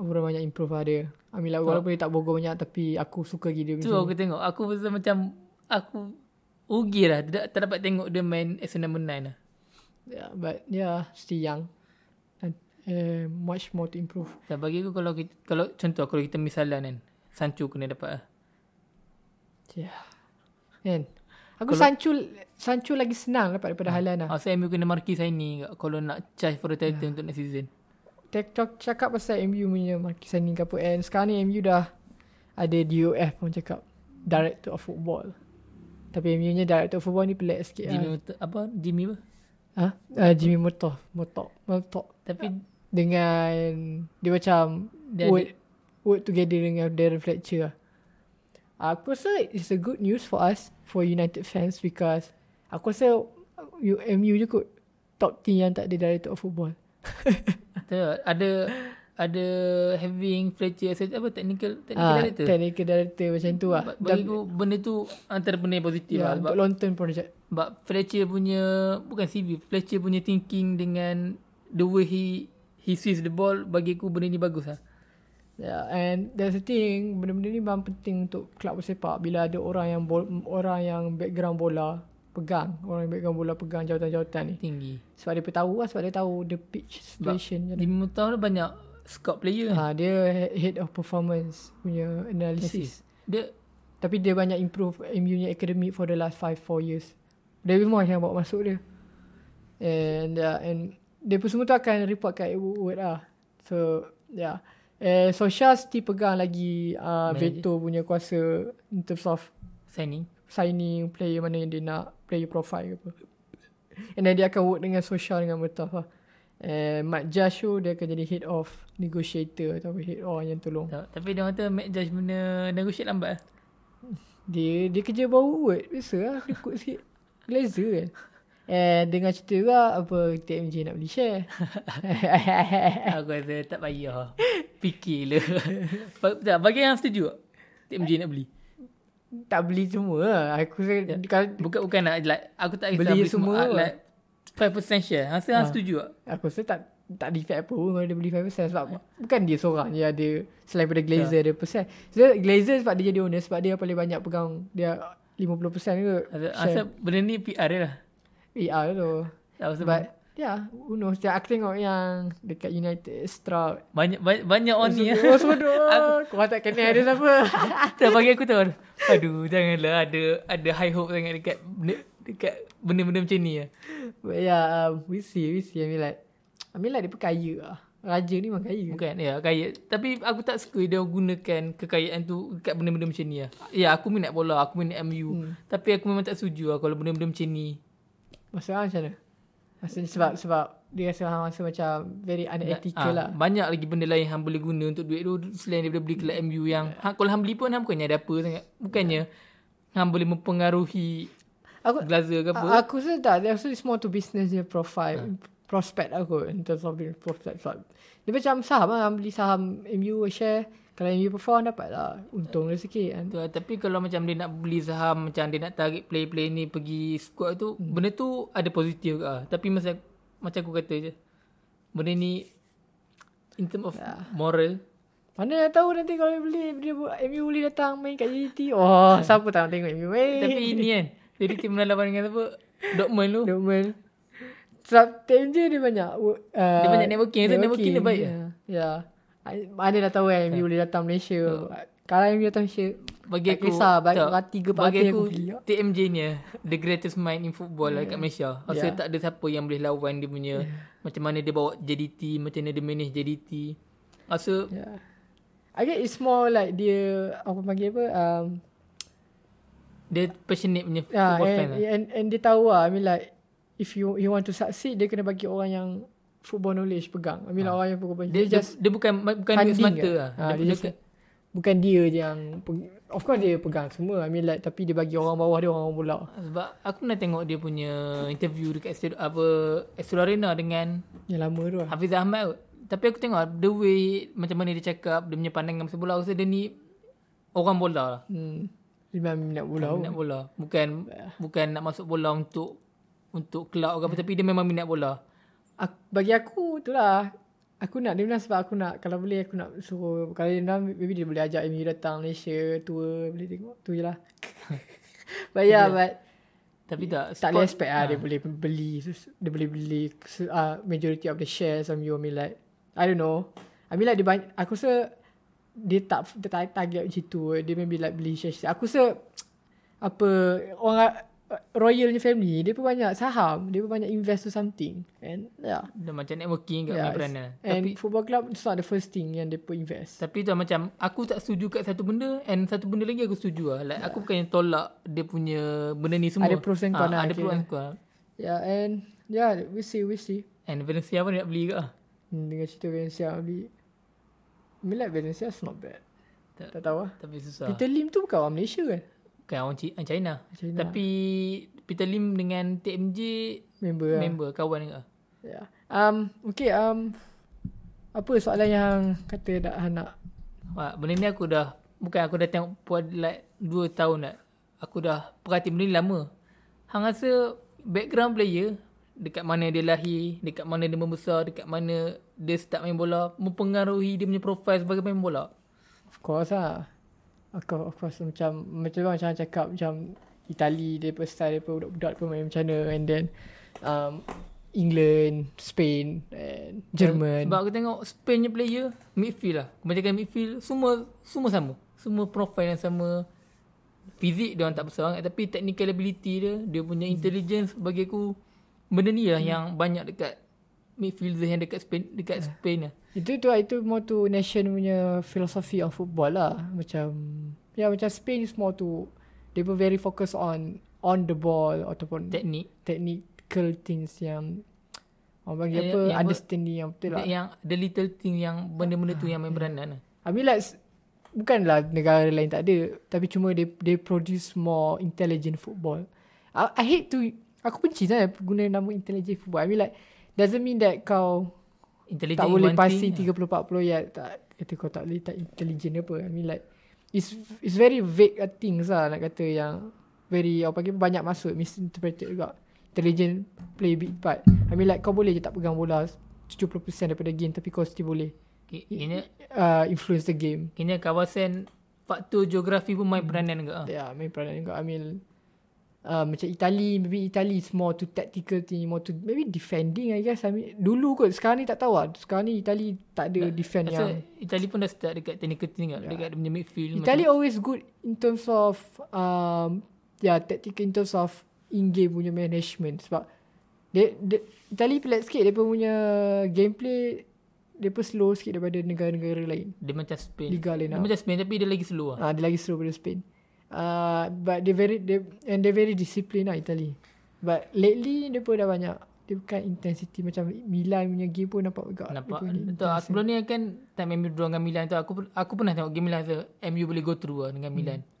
Orang banyak improve lah dia. Amin lah walaupun dia tak bogor banyak tapi aku suka gila Tu macam aku tengok aku rasa macam aku rugi lah tak, tak dapat tengok dia main as a number 9 lah yeah, Ya, but yeah still young. And, uh, much more to improve. Tak bagi aku kalau kita, kalau contoh kalau kita misalan kan Sancho kena dapat lah. Yeah. Ya. Kan? Aku Sancho Sancho lagi senang dapat daripada Haaland lah. Asal MU kena marki saya ni kat kalau nak charge for the title Ya. untuk next season. TikTok cakap pasal MU punya market signing ke apa and sekarang ni MU dah ada DOF pun cakap director of football. Tapi MU nya director of football ni pelik sikit Jimmy Jimmy. lah. Mut- apa Jimmy apa? Ha? Uh, Jimmy Murtough, Murtough, Murtough Tapi dengan dia macam dia Dia ada- work, work together dengan Darren Fletcher lah. Aku rasa it's a good news for us for United fans because aku rasa U- MU je kot top team yang tak ada director of football. tu, ada ada having Fletcher as a- apa technical technical Ah, director. technical director macam tu lah. Ba- Bagi aku benda tu antara benda yang positif Ya, lah sebab, untuk long term project. sebab Fletcher punya bukan CV, Fletcher punya thinking dengan the way he he sees the ball bagi aku benda ni bagus lah. Yeah, Ya, and that's the thing, benda-benda ni memang penting untuk kelab bersepak bila ada orang yang bol- orang yang background bola pegang, orang yang background bola pegang jawatan-jawatan ni. Tinggi. Sebab dia tahu lah, sebab dia tahu the pitch situation. Jadi, Jimmy Mutah tu banyak scout player ha, kan. dia he- head of performance punya analysis. Dia Tapi dia banyak improve MU punya academic for the last 5-4 years. David Moyes yang bawa masuk dia. And yeah, and dia pun semua tu akan report kat Edward Wood lah. So yeah. Eh, Solskjaer still pegang lagi uh, veto punya kuasa in terms of signing. signing player mana yang dia nak, player profile ke apa. And then dia akan work dengan Solskjaer dengan Murtagh lah. And Mat Josh tu dia akan jadi head of negotiator atau head orang yang tolong. Tak, tapi dia kata Mac Judge punya negotiate lambat lah. Dia dia kerja bau kot. Biasa lah. Aku ikut sikit. Glazer kan. Eh, dengar cerita juga apa TMJ nak beli share. Eh. Aku rasa tak payah. lah. Fikir lah. Ba- tak, bagi yang setuju tak? TMJ nak beli. tak beli semua lah. Aku rasa kalau Bukan bukan nak like, aku tak kisah Beli semua lah. Ah. ah, apa? like 5% share. Rasa hang setuju ah. tak? aku rasa tak tak defect apa pun kalau dia beli 5% sebab bukan dia seorang je ada selain daripada Glazer ada persen. So Glazer sebab dia jadi owner sebab dia paling banyak pegang dia 50% ke Rasa, rasa share benda ni PR dia lah. PR tu. Tak rasa Sebab ya, yeah, who knows. Aku tengok yang dekat United Stroud banyak banyak, banyak on ni Oh lah. sebodoh Kau tak kenal dia siapa Tak bagi aku tahu. Aduh, janganlah ada ada high hope sangat dekat benda- dekat benda-benda macam ni lah. But yeah um, We see We see I mean like I mean like dia pun kaya lah Raja ni memang kaya Bukan, ya kaya. Tapi aku tak suka dia gunakan kekayaan tu dekat benda-benda macam ni lah. Ya, aku minat bola, aku minat MU. Hmm. Tapi aku memang tak setuju lah kalau benda-benda macam ni. Masalah macam mana Maksudnya sebab Sebab Dia rasa hang rasa macam Very unethical Ah, lah Banyak lagi benda lain hang boleh guna untuk duit tu selain daripada beli kelab MU yang hang, kalau hang beli pun hang bukannya ada apa sangat. Bukannya hang boleh mempengaruhi lah. Aku Glazer ke apa. Hmm. A- Aku rasa tak Dia rasa it's more to business dia profile Prospect aku In terms of being prospect sebab Dia macam saham lah hang Beli saham MU share Kalau MU perform dapat lah Untung dia sikit kan Tu lah. Tapi kalau macam dia nak beli saham, macam dia nak tarik play-play ni pergi squad tu, benda tu ada positif ke lah. Tapi masa, macam aku kata je, benda ni in term of moral, Mana tahu nanti kalau dia beli dia bu- MU boleh datang main kat JT. Oh, Hmm. siapa tak nak tengok MU main? Tapi ini kan Jadi tim lawan dengan apa Dortmund tu Dortmund. Sebab TMJ dia banyak uh, Dia banyak networking, so networking dia baik lah. Hmm. Ya yeah. Mana dah tahu kan MU boleh datang Malaysia Kalau MU datang Malaysia bagi Tak aku kisah, bagi tak. orang tiga parti bagi aku aku pilih. TMJ ni eh, the greatest mind in football lah kat Malaysia rasa Yeah. tak ada siapa yang boleh lawan dia punya macam mana dia bawa JDT macam mana dia manage JDT rasa Yeah. Ya. I guess it's more like dia apa panggil apa um, dia passionate punya yeah, football fan and, lah and, and dia tahu lah I mean like if you you want to succeed dia kena bagi orang yang football knowledge pegang I mean like orang yang football Ah. dia, dia, just dia bukan bukan funding duit semata ke? lah Ha, dia, dia dia, just- bukan dia je yang pe- of course dia pegang semua I mean like tapi dia bagi orang bawah dia orang bola sebab aku pernah tengok dia punya interview dekat Astro, apa Astro Arena dengan yang lama tu lah Hafiz Ahmad kot. Tapi aku tengok the way macam mana dia cakap, dia punya pandangan pasal bola. Aku rasa dia ni orang bola lah. hmm. dia memang minat bola pun. Minat bola. Bukan bukan nak masuk bola untuk untuk kelab ke apa. Hmm. Tapi dia memang minat bola. aku, bagi aku tu lah aku nak dia bilang sebab aku nak kalau boleh aku nak suruh kalau dia bilang maybe dia boleh ajak Amy datang Malaysia tour boleh tengok tu je lah but yeah but Tapi tak. Hmm. tak boleh expect lah dia boleh beli dia boleh beli uh, majority of the shares from you I mean like I don't know I mean like dia banyak, aku rasa dia tak dia tak target macam tu dia maybe like beli shares aku rasa apa orang royal ni family dia pun banyak saham dia pun banyak invest to something and yeah Dia macam networking kat Yeah, yeah, peranan. Ya, it's- And Tapi football club It's not the first thing Yang dia pun invest Tapi tu lah macam Aku tak setuju kat satu benda And satu benda lagi aku setuju lah like, Aku bukan yang tolak Dia punya benda ni semua Ya. Ada pros and Ah, con lah, Ada okay. pros and cons Yeah and Yeah we see we see And Valencia pun dia nak beli ke ah? hmm, Dengan cerita Valencia beli I mean like Valencia is not bad Tak. Tak tahu lah Tapi susah Peter Lim tu bukan orang Malaysia kan Bukan orang Ci- orang China. China. China. Tapi Peter Lim dengan TMJ Member yeah. lah member kawan ke? yeah. um, Okay um, Apa soalan yang Kata dah nak Wah, Ah, benda ni aku dah bukan aku dah tengok puan like 2 tahun dah. Aku dah perhati benda ni lama. Hang rasa background player dekat mana dia lahir, dekat mana dia membesar, dekat mana dia start main bola mempengaruhi dia punya profil sebagai pemain bola. Of course lah Aku of course macam Macam mana macam cakap Macam Itali Dia pun style Dia pun budak-budak pun main macam mana And then um, England Spain And Jerman Sebab aku tengok Spain punya player midfield lah. Kebanyakan midfield semua semua sama. Semua profil yang sama. Fizik dia orang tak besar sangat tapi technical ability dia, dia punya Hmm. intelligence bagi aku benda ni lah yang banyak dekat midfielder yang dekat Spain dekat Spain lah. Itu tu itu more to nation punya philosophy of football lah. Macam ya macam Spain is more to they were very focus on on the ball ataupun Te- Teknik technical things yang orang panggil Ya, Yang- apa yang ber- understanding yang betul lah. Hmm. yang the little thing yang benda-benda tu yang main peranan lah. I mean like s- bukanlah negara lain tak ada tapi cuma they they produce more intelligent football. I, I hate to aku benci sangat guna nama intelligent football. I mean like doesn't mean that kau Intelligent tak in boleh one passing thing, lah. 30 40 yard tak kata kau tak boleh tak intelligent apa I mean like it's it's very vague uh, things lah nak kata yang very apa panggil banyak masuk misinterpreted juga intelligent play big part I mean like kau boleh je tak pegang bola 70% daripada game tapi kau still boleh Ki- Kini uh, influence the game kini kawasan faktor geografi pun main peranan ke ah. yeah Ya, main peranan juga I mean Uh, macam Itali Maybe Itali is more to tactical thing More to Maybe defending I guess I mean, Dulu kot Sekarang ni tak tahu lah Sekarang ni Itali Tak ada defend yang Ya. Rasa Itali pun dah start dekat technical thing lah. Dekat dia punya midfield. macam- Italy always good in terms of um, yeah tactical in terms of in-game punya management sebab dia, dia Italy pelat sikit dia pun punya gameplay dia pun slow sikit daripada negara-negara lain Dia macam Spain. Liga lain Dia lah. macam Spain tapi dia lagi slow lah. Ah, dia lagi slow daripada Spain uh, but they very they, and they very disciplined lah Italy but lately dia pun dah banyak dia bukan intensity macam Milan punya game pun nampak juga dia Nampak punya tu ah, sebelum ni kan time MU draw dengan Milan tu aku pun- aku pernah tengok game Milan tu MU boleh go through lah dengan Milan. Hmm. And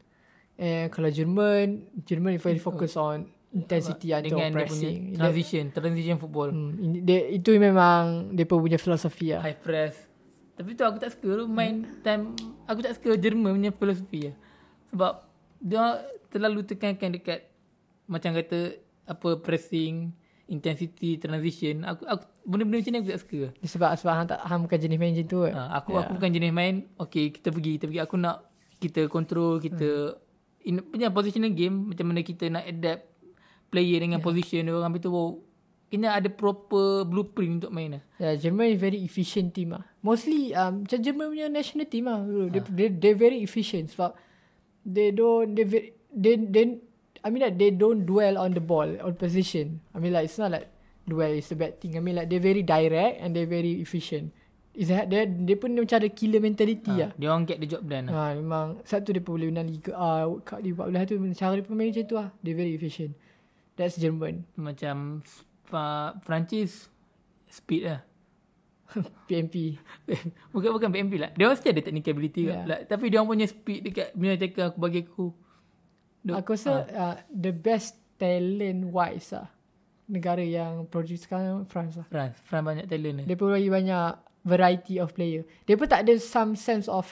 Eh, kalau Jerman, Jerman is very focus on intensity atau Dengan dia punya pressing. Dia, transition, transition football, hmm, in- dia, itu memang dia pun punya filosofi lah. high press. Tapi tu aku tak suka tu main time aku tak suka Jerman punya filosofi lah. Sebab dia terlalu tekankan dekat macam kata apa pressing, intensity, transition. Aku aku benda-benda macam ni aku tak suka. ah. Dia Sebab sebab hang tak hang bukan jenis main macam tu. Ha. Ha, aku yeah. aku bukan jenis main Okay kita pergi Kita pergi Aku nak Kita control Kita hmm. in, Punya positional game Macam mana kita nak adapt Player dengan yeah. position dia orang Habis tu wow, Kena ada proper Blueprint untuk main lah Yeah, Jerman Ya, is very efficient ah. team lah. Mostly um, macam Jerman punya national team lah. Dulu. Dia, dia, they very efficient sebab they don't they ve- they they I mean like they don't dwell on the ball on position. I mean like it's not like dwell is a bad thing. I mean like they're very direct and they're very efficient. Is that they they pun macam ada killer mentality ah. Ha, Dia orang get the job done lah. Ha, memang Sabtu dia pun boleh menang Liga uh, World Cup di 14 tu Cara dia pun main macam tu lah Dia very efficient That's German Macam uh, Francis speed lah. PMP bukan bukan PMP lah. Dia orang still ada technical ability Yeah. yeah. lah. Tapi dia orang punya speed dekat bila attacker aku bagi aku. Duk- ha. Aku rasa uh, The best talent wise lah Negara yang produce sekarang France lah France. France banyak talent ni. Dia pun bagi banyak variety of player. Dia pun tak ada some sense of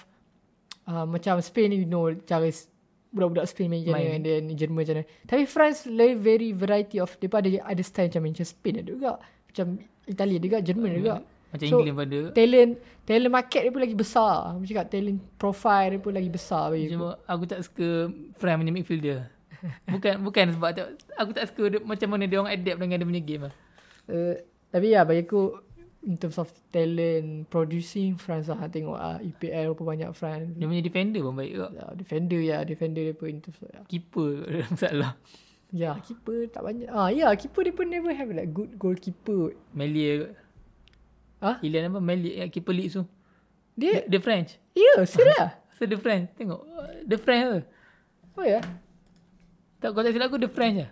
uh, macam Spain you know cara s- budak-budak Spain main macam mana Main. and then Jerman macam mana. Tapi France lay very variety of dia pun ada ada style macam macam Spain ada juga. Macam Itali ada juga, Jerman ada juga. Macam So, so, England pada Talent talent market dia pun lagi besar. Aku cakap talent profile dia pun lagi besar bagi aku. Cuma aku tak suka France punya midfielder. Bukan bukan sebab tak, aku tak suka dia, macam mana dia orang adapt dengan dia punya game lah. Uh, tapi ya bagi aku in terms of talent producing France lah tengok uh, EPL pun banyak France. Dia punya defender pun baik juga. Ya, defender ya, defender dia pun in terms of, ya. Keeper ada masalah. Ya, keeper tak banyak. Ah, ya, keeper dia pun never have like good goalkeeper. Melia. Ha? Ilan apa? Melia eh, keeper leads tu. Dia, Dia, dia French. ya, serius. So the French tengok. The French ke? Oh ya. Tak kau tak silap aku the French lah.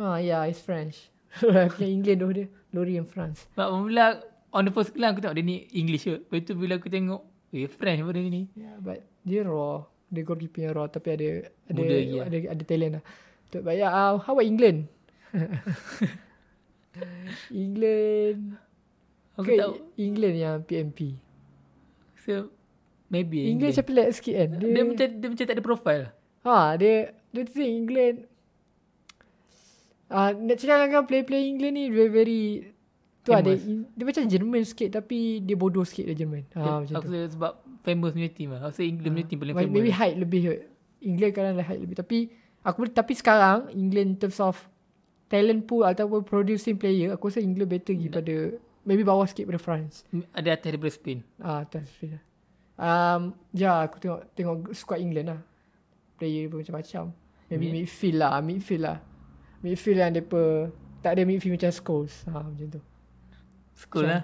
Ah, ya, it's French. Punya England tu dia, Lori and France. Sebab mula on the first glance aku tengok dia ni English ke. Lepas tu bila aku tengok, eh French pun dia ni. Yeah, Ya, but dia raw. Dia goalkeeper yang raw tapi ada ada Muda lagi lah. ada, ada talent lah. Tu but yeah, uh, how about England? England. Aku Okay, tak England yang PMP. so maybe England English. macam pelik sikit kan. Dia, dia, macam dia macam tak ada profile lah. Ha, dia dia tu England. Ah, uh, nak cakap kan player-player England ni very very tu ada Famous. in, dia macam Jerman sikit tapi dia bodoh sikit dia Jerman. Ha Dia- macam Ya, aku tu. Ah. rasa sebab famous punya team lah. Aku rasa England punya team paling Ma- famous. Maybe height lebih kot. England kadang lah height lebih tapi aku tapi sekarang England in terms of talent pool ataupun producing player aku rasa England better daripada maybe bawah sikit daripada France. Ada atas daripada Spain. Ah, atas Fira. Um, ya, aku tengok tengok squad England lah. Player pun macam-macam. Maybe Mid- midfield lah, midfield lah. Midfield yang depa tak ada midfield macam Scholes. Ha, macam tu. School lah.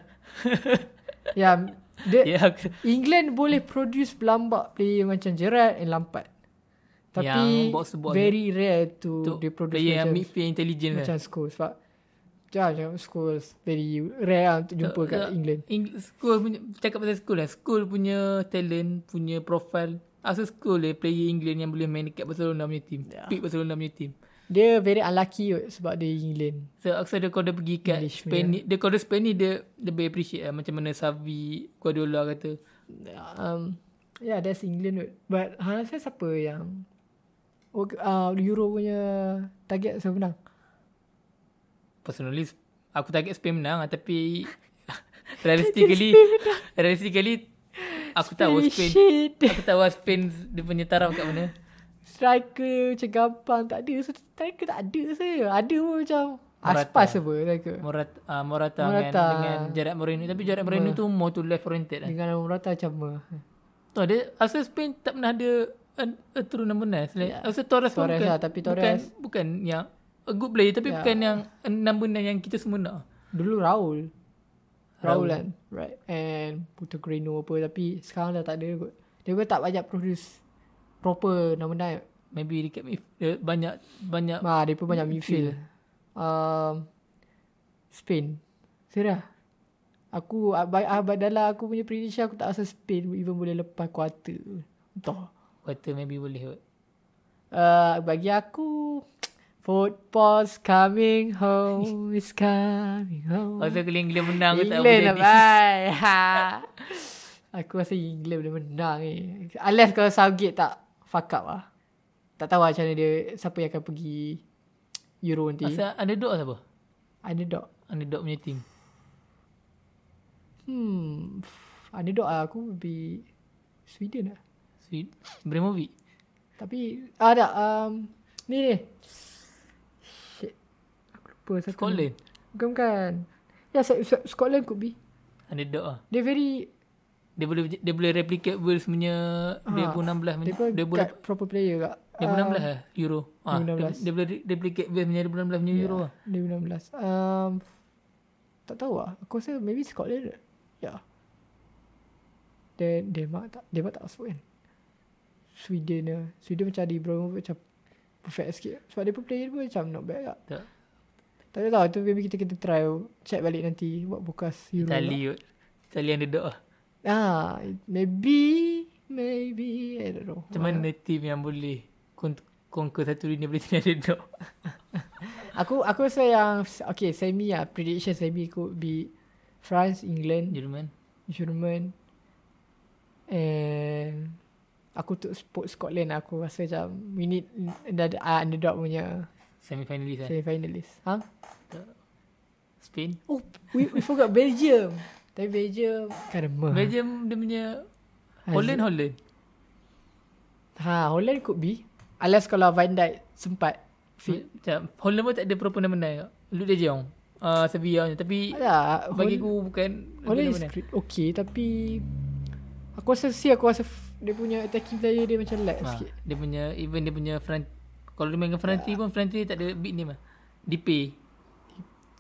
Ya, dia Ya, aku, England boleh produce pelambak player macam Gerrard and Lampard. Tapi Yang box to box very rare tu to, dia produce player yang macam, midfield intelligent macam lah. Scholes sebab Ya, macam Scholes very rare lah untuk jumpa kat Tak- England. Eng- School punya, cakap pasal school lah. School punya talent, punya profile. Asal school dia player England yang boleh main dekat Barcelona punya team. Yeah. Ya. Pick Barcelona punya team. Dia very unlucky kot sebab dia England. So aku rasa dia kalau dia pergi kat English English Spain ni, dia kalau dia Spain ni dia lebih appreciate lah. Macam mana Savi, Guardiola kata. um, yeah, that's England kot. But hang rasa siapa yang World- uh, Euro punya target siapa menang? Personally, aku target Spain menang lah, tapi realistically, realistically aku tahu Really Spain. Shit. Aku tahu lah Spain dia punya taraf kat mana. Striker macam gampang tak ada. So, striker tak ada saya. Ada pun macam aspas apa striker. Morata, uh, Morata, Morata. Dengan, dengan Gerard Moreno. Tapi Gerard Moreno tu more to left oriented lah. Dengan Morata macam eh. apa? Oh, dia, asal Spain tak pernah ada a, a true number 9. Like, Asal eh? Torres, pun Torres bukan, lah, tapi bukan, Torres- Ya. bukan yang a good player tapi bukan yang a number 9 yang kita semua nak. Dulu Raul. Raul kan. Right. And Putu Greno apa. Tapi sekarang dah tak ada kot. Dia pun tak banyak produce proper nombor 9. Maybe dekat mif- dia banyak banyak Ah, dia pun banyak midfield. Um, Spain. Serah. Aku ah, abai abai dalam aku punya prediction aku tak rasa Spain even boleh lepas kuarter. Entah. kata maybe boleh kot. Uh, bagi aku Football's coming home is coming home. Pasal kalau England menang Oh, aku tak England boleh Hmm. lah jadi. bye. Ha. aku rasa England boleh menang ni. Eh. Unless kalau Southgate tak fuck up lah. Tak tahu lah macam mana dia siapa yang akan pergi Euro nanti. Pasal underdog lah siapa? Underdog. Underdog punya team. Hmm. f- Underdog lah. Aku would be Sweden lah. Sweet. Bremovic. Tapi ah tak. Um, ni ni. Shit. Aku lupa siapa. ni. Scotland. Bukan bukan. Ya, yeah, Scotland could be. Underdog lah. They very Dia boleh dia boleh replicate Wolves punya ha, 2016 punya Ah, Dia ah, pun dia boleh kat proper player kat 2016 eh Euro. Ah, dia, 2016. dia boleh re- replicate Wolves punya 2016 punya Ya. Euro lah. 2016 um, Tak tahu lah Aku rasa maybe Scotland Ya yeah. Then Denmark tak Denmark tak masuk kan Sweden lah Sweden macam ada Ibrahimovic macam Perfect sikit Sebab dia pun player pun macam not bad lah Tak. Tak ada lah tu maybe kita kita try Check balik nanti Buat bukas Euro Itali kot. Itali underdog lah. lah. Ah, Maybe Maybe I don't know Macam mana team yang boleh con- conquer satu dunia boleh jadi underdog. Aku aku rasa yang Okay semi lah Prediction semi could be France, England Jerman. German and aku tu support Scotland aku rasa macam we need dah ada uh, underdog punya Semi-finalist lah. semi finalist. Ha? Spain. Oh, we, we forgot Belgium. Tapi Belgium kan remah. Belgium dia punya Holland Holland. Ha, Holland could be. Alas kalau Van Dijk sempat fit. Macam Holland pun tak ada proper nama menang. Lu dia jong. Uh, Sevilla je. Tapi Ada bagi aku bukan Ya, Holland is menang. great- okay tapi aku rasa si aku rasa f- dia punya attacking player dia macam lag Ha, sikit. dia punya even dia punya front kalau dia main dengan Franti pun Franti tak ada big name lah. DP.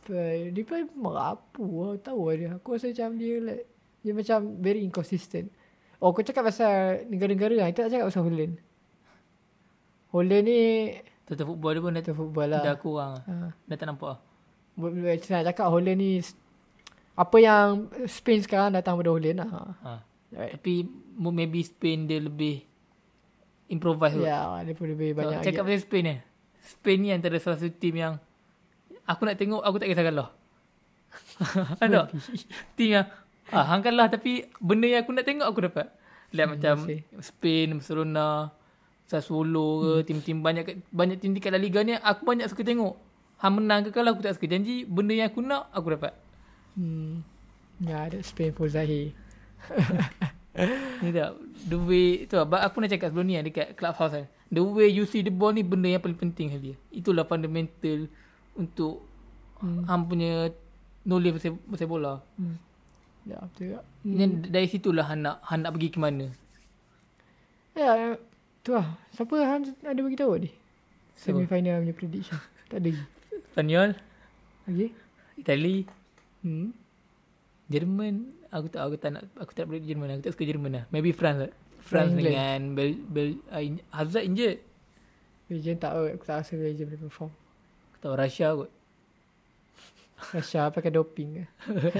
But dia pun merapu lah. Tahu lah dia. Aku rasa macam dia like, dia macam very inconsistent. Oh, kau cakap pasal negara-negara lah. Kita tak cakap pasal Holland. Holland ni Total football dia pun dah, kita football lah. dah kurang lah. Ha. Dah tak nampak lah. Buat- buat Macam nak cakap Holland ni s- apa yang Spain sekarang datang pada Holland lah. Ha. Ha. Right. Tapi mo- maybe Spain dia lebih improvise kot. Ya, dia pun lebih So, banyak. cakap lagi. pasal Spain ni. Spain ni antara salah satu team yang aku nak tengok aku tak kisah kalah. Ada team yang ah, hang kalah tapi benda yang aku nak tengok aku dapat. Like Hmm, macam sih. Spain, Hmm. Barcelona, Sassuolo ke team-team banyak kat- banyak team dekat La Liga ni aku banyak suka tengok. Hang menang ke kalah aku tak suka janji benda yang aku nak aku dapat. Hmm. Ya, ada Spain pun Zahir. Ni tak The way tu lah But aku nak cakap sebelum ni lah Dekat clubhouse kan The way you see the ball ni Benda yang paling penting sekali Itulah fundamental Untuk hmm. Hang punya Knowledge pasal, pasal bola Hmm. Ya, betul tak? hmm. Dan dari situlah Hang nak, hang nak pergi ke mana Ya, tu lah. Siapa Han ada bagi tahu ni? Semi final punya prediction. tak ada lagi. Spanyol Okay. Itali Hmm. Jerman Aku tak aku tak nak Aku tak boleh Jerman Aku tak suka Jerman lah Maybe France lah France England. dengan Bel, Bel, uh, Hazard injured Belgium tak tahu. Aku tak rasa Belgium boleh perform. Aku tahu Russia kot Russia pakai doping ke.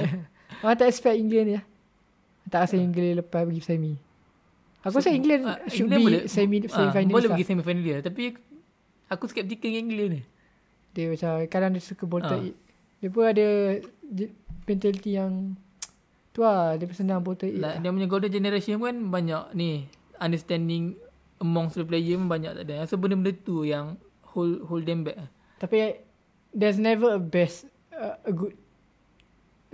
Orang tak expect England ni lah. Tak rasa England lepas pergi semi. Aku rasa England Ah, should England be boleh- semi, lah. ah, semi final. Boleh pergi semi final dia Tapi Aku skeptikal dengan England ni Dia macam kadang dia suka bolter Ah. it. Dia pun ada je- mentality yang tu lah. Dia pun senang bolter it. lah. Like, dia punya golden generation pun banyak ni understanding amongst the player pun banyak tak ada. So benda-benda tu yang hold hold them back. ah, Tapi there's never a best uh, a good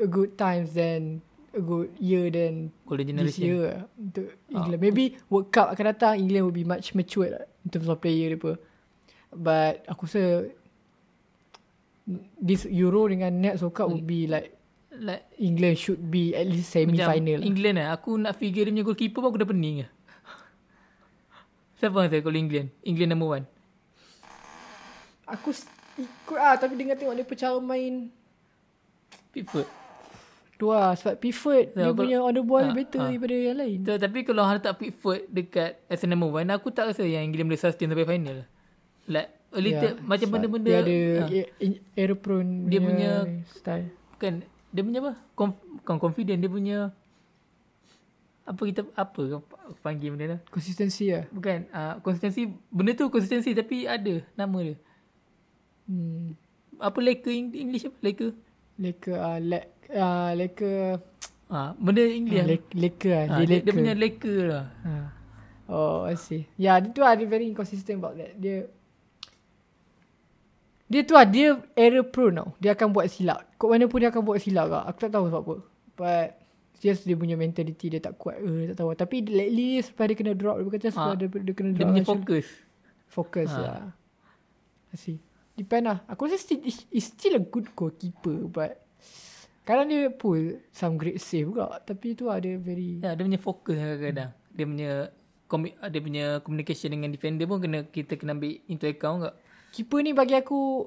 a good times than a good year than Golden this generation. Ah. year lah untuk England. Maybe World Cup akan datang England will be much matured lah in terms of player dia pun. But aku rasa this Euro dengan next World Cup would Hmm. be like Like England should be at least semi macam final. lah. England lah. Aku nak figure dia punya goalkeeper pun aku dah pening lah. Siapa yang saya kalau England? England number one. Aku s- ikut ah tapi dengan tengok dia cara main Pickford. tu lah sebab Pickford dia Ya, kalau- punya on the ball ah, better ah. daripada yang lain. So, tapi kalau hang letak Pickford dekat as a number one, aku tak rasa yang England boleh sustain sampai final. lah. Like a little, macam sebab benda-benda. Ya, dia ada ah. a- a- error prone Dia style Bukan dia punya apa? Conf, bukan confident dia punya apa kita apa ke pa- panggil benda tu? konsistensi lah Bukan uh, konsistensi benda tu konsistensi tapi ada nama dia. hmm. Apa leka Eng- English apa leka? leka uh, le, uh, leka Ah benda English. yeah. Ah, leka leka, lah. ah, dia, dia, leka. dia punya leka lah. Ah. oh I see yeah dia tu lah dia very inconsistent about that dia dia tu lah dia error prone tau dia akan buat silap kot mana pun dia akan buat silap lah aku tak tahu sebab apa but it's just dia punya mentality dia tak kuat eh, tak tahu tapi lately sebab dia kena drop dia kata sebab Ah. dia, dia kena Dia drop punya actually- fokus. Focus ha. lah. I see. Depend lah. Aku rasa still, it's it's still a good goalkeeper but Kadang dia pull some great save juga. Tapi tu ada very... Ya, dia punya fokus kadang-kadang. Dia punya komik, dia punya communication dengan defender pun kena kita kena ambil into account kat. Keeper ni bagi aku...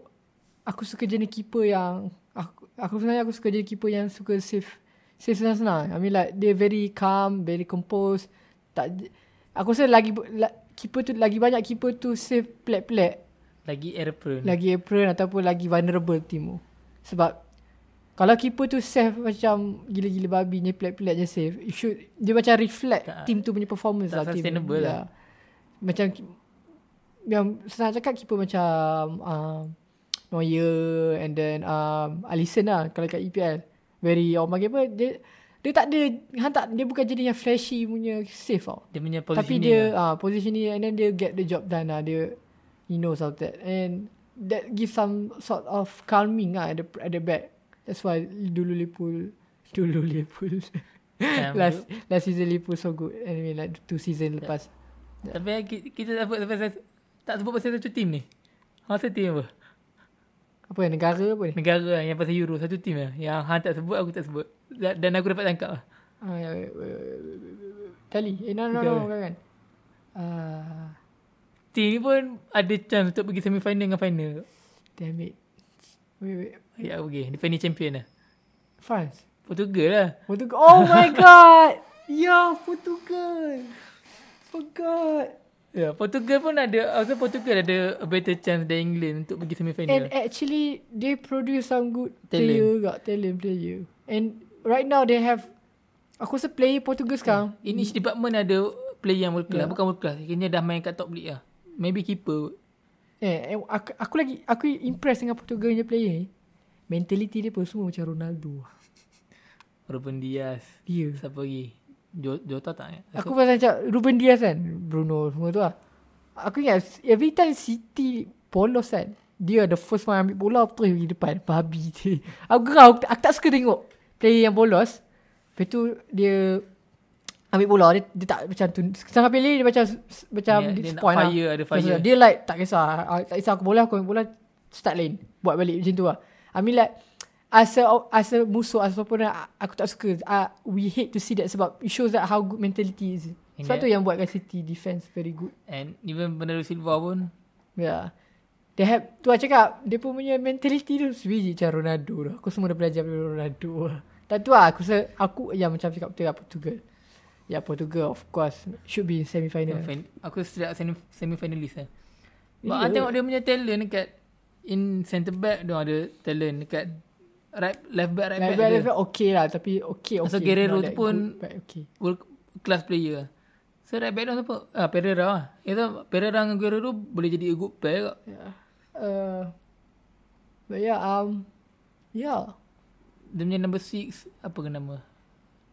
Aku suka jenis keeper yang... Aku, aku sebenarnya aku suka jenis keeper yang suka save. Save senang-senang. I mean like dia very calm, very composed. Tak... Aku rasa lagi... La, keeper tu lagi banyak keeper tu save pelat-pelat. Lagi error prone. Lagi apron ataupun lagi vulnerable timu. Sebab kalau keeper tu save macam gila-gila babi ni pelat-pelat je save. It should, dia macam reflect Tak- team tu punya performance tak lah. team. sustainable Ya. lah. Macam ki- yang senang cakap keeper macam um, Neuer and then um, Alisson lah kalau kat EPL. Very orang panggil apa dia dia tak ada hantar dia bukan jenis yang flashy punya save tau. Dia punya Tapi positioning. dia lah. ah positioning and then dia get the job done lah. Dia he knows of that and that gives some sort of calming ah at the at the back. That's why dulu Liverpool dulu Liverpool Ah, last last season Liverpool so good. Anyway like two season lepas. Tapi ki- kita tak sebut pasal tak sebut pasal satu team ni. Hang satu team apa? Apa negara apa ni? Negara lah, yang pasal Euro satu team lah. Yang hang tak sebut aku tak sebut. Da- Dan aku dapat tangkap lah. Ah, ya, eh, eh, Tali. Eh no no no, Negara. no bukan. Ah Team ni pun ada chance untuk pergi semi final dengan final. damn it. Wait wait. Ya aku pergi. Dia final champion lah. France. Portugal lah. Portugal. Oh my god. Ya, Portugal. Oh Forgot. Ya, Portugal pun ada also Portugal ada a better chance than England untuk pergi semi final. And actually, they produce some good Talent. player got talent player. And right now they have, aku rasa player Portugal sekarang. In each department ada player yang world class. Bukan world class. Akhirnya dah main kat top league lah. Maybe keeper. Eh, eh, aku, aku lagi, aku impressed dengan Portugal punya player ni. Mentality dia pun semua macam Ronaldo. Ruben Dias. Dia. Siapa lagi? Jo- Jota tak ingat. Aku pasal macam Ruben Dias kan, Bruno semua tu lah. Aku ingat every time City polos kan, dia the first one ambil bola terus pergi depan. Babi dia. Aku gerau, aku, tak- aku tak suka tengok player yang bolos. Lepas tu dia ambil bola dia, dia tak macam tu sangat pilih dia macam macam Dia- dia nak spoil fire, ada Macam tu. lah. fire. dia like tak kisah ah, tak kisah aku bola aku ambil bola start lain buat balik macam tu lah I mean like as a, as a musuh as apa aku tak suka uh, we hate to see that sebab it shows that how good mentality is sebab Yeah. tu yang buatkan City defense very good And even Bernardo Silva pun Ya. yeah They have Tu lah cakap Dia pun punya mentality tu Sebiji macam Ronaldo tu Aku semua dah belajar Dari Ronaldo lah. Tak tu lah Aku, se- aku yang macam cakap betul lah Portugal Ya Portugal of course Should be in semi final fin- aku straight up semi- semi-finalist lah. But Yeah. yeah. tengok dia punya talent dekat in centre back dia ada talent dekat right left back right Like back, bad left back. okay lah Tapi okay okay Pasal Not Guerrero tu that pun good, but okay. world class player. So right back dia siapa? Ah Pereira lah. Itu Pereira dengan Guerrero boleh jadi a good pair kot. Yeah. Ya. Uh, But yeah um, Yeah Dia punya number 6 apa ke nama?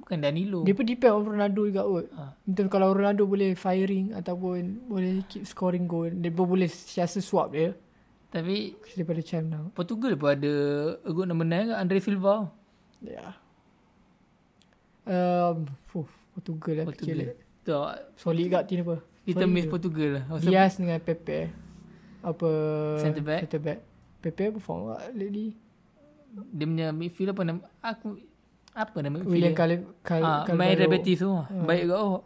Bukan Danilo. Dia pun depend on Ronaldo juga kot. Ah. Betul kalau Ronaldo boleh firing ataupun boleh keep scoring goal, dia pun boleh siasa swap dia. Tapi Daripada Cham now. Portugal pun ada a good number 9 kat Andre Silva. Yeah. Ya. Um, fuh, Portugal lah fikir Portugal. lah. Tu ah, Solid kat team apa? kita Solid miss ke? Portugal lah. Pasal Diaz dengan Pepe. Apa? Centre back. Centre back. Pepe perform lah lately. dia punya midfield apa nama aku apa nama William midfield Cal Cal ah main Carvalho. Rebetis tu ah. baik kau oh.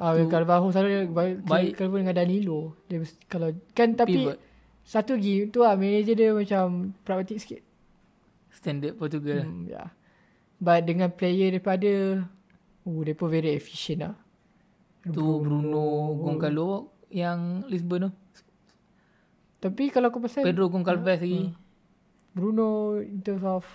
Ah, William Carvalho selalu baik, Baik. baik. Carvalho dengan Danilo. Dia bes- kalau kan tapi Pivot. satu lagi tu lah manager dia macam pragmatik sikit. standard Portugal Hmm, hmm. yeah. But dengan player daripada Oh, dia pun very efficient lah. tu Bruno Goncalo yang Lisbon tu Kan? Tapi kalau kau pasal Pedro Goncalves lagi Hmm. Bruno in terms of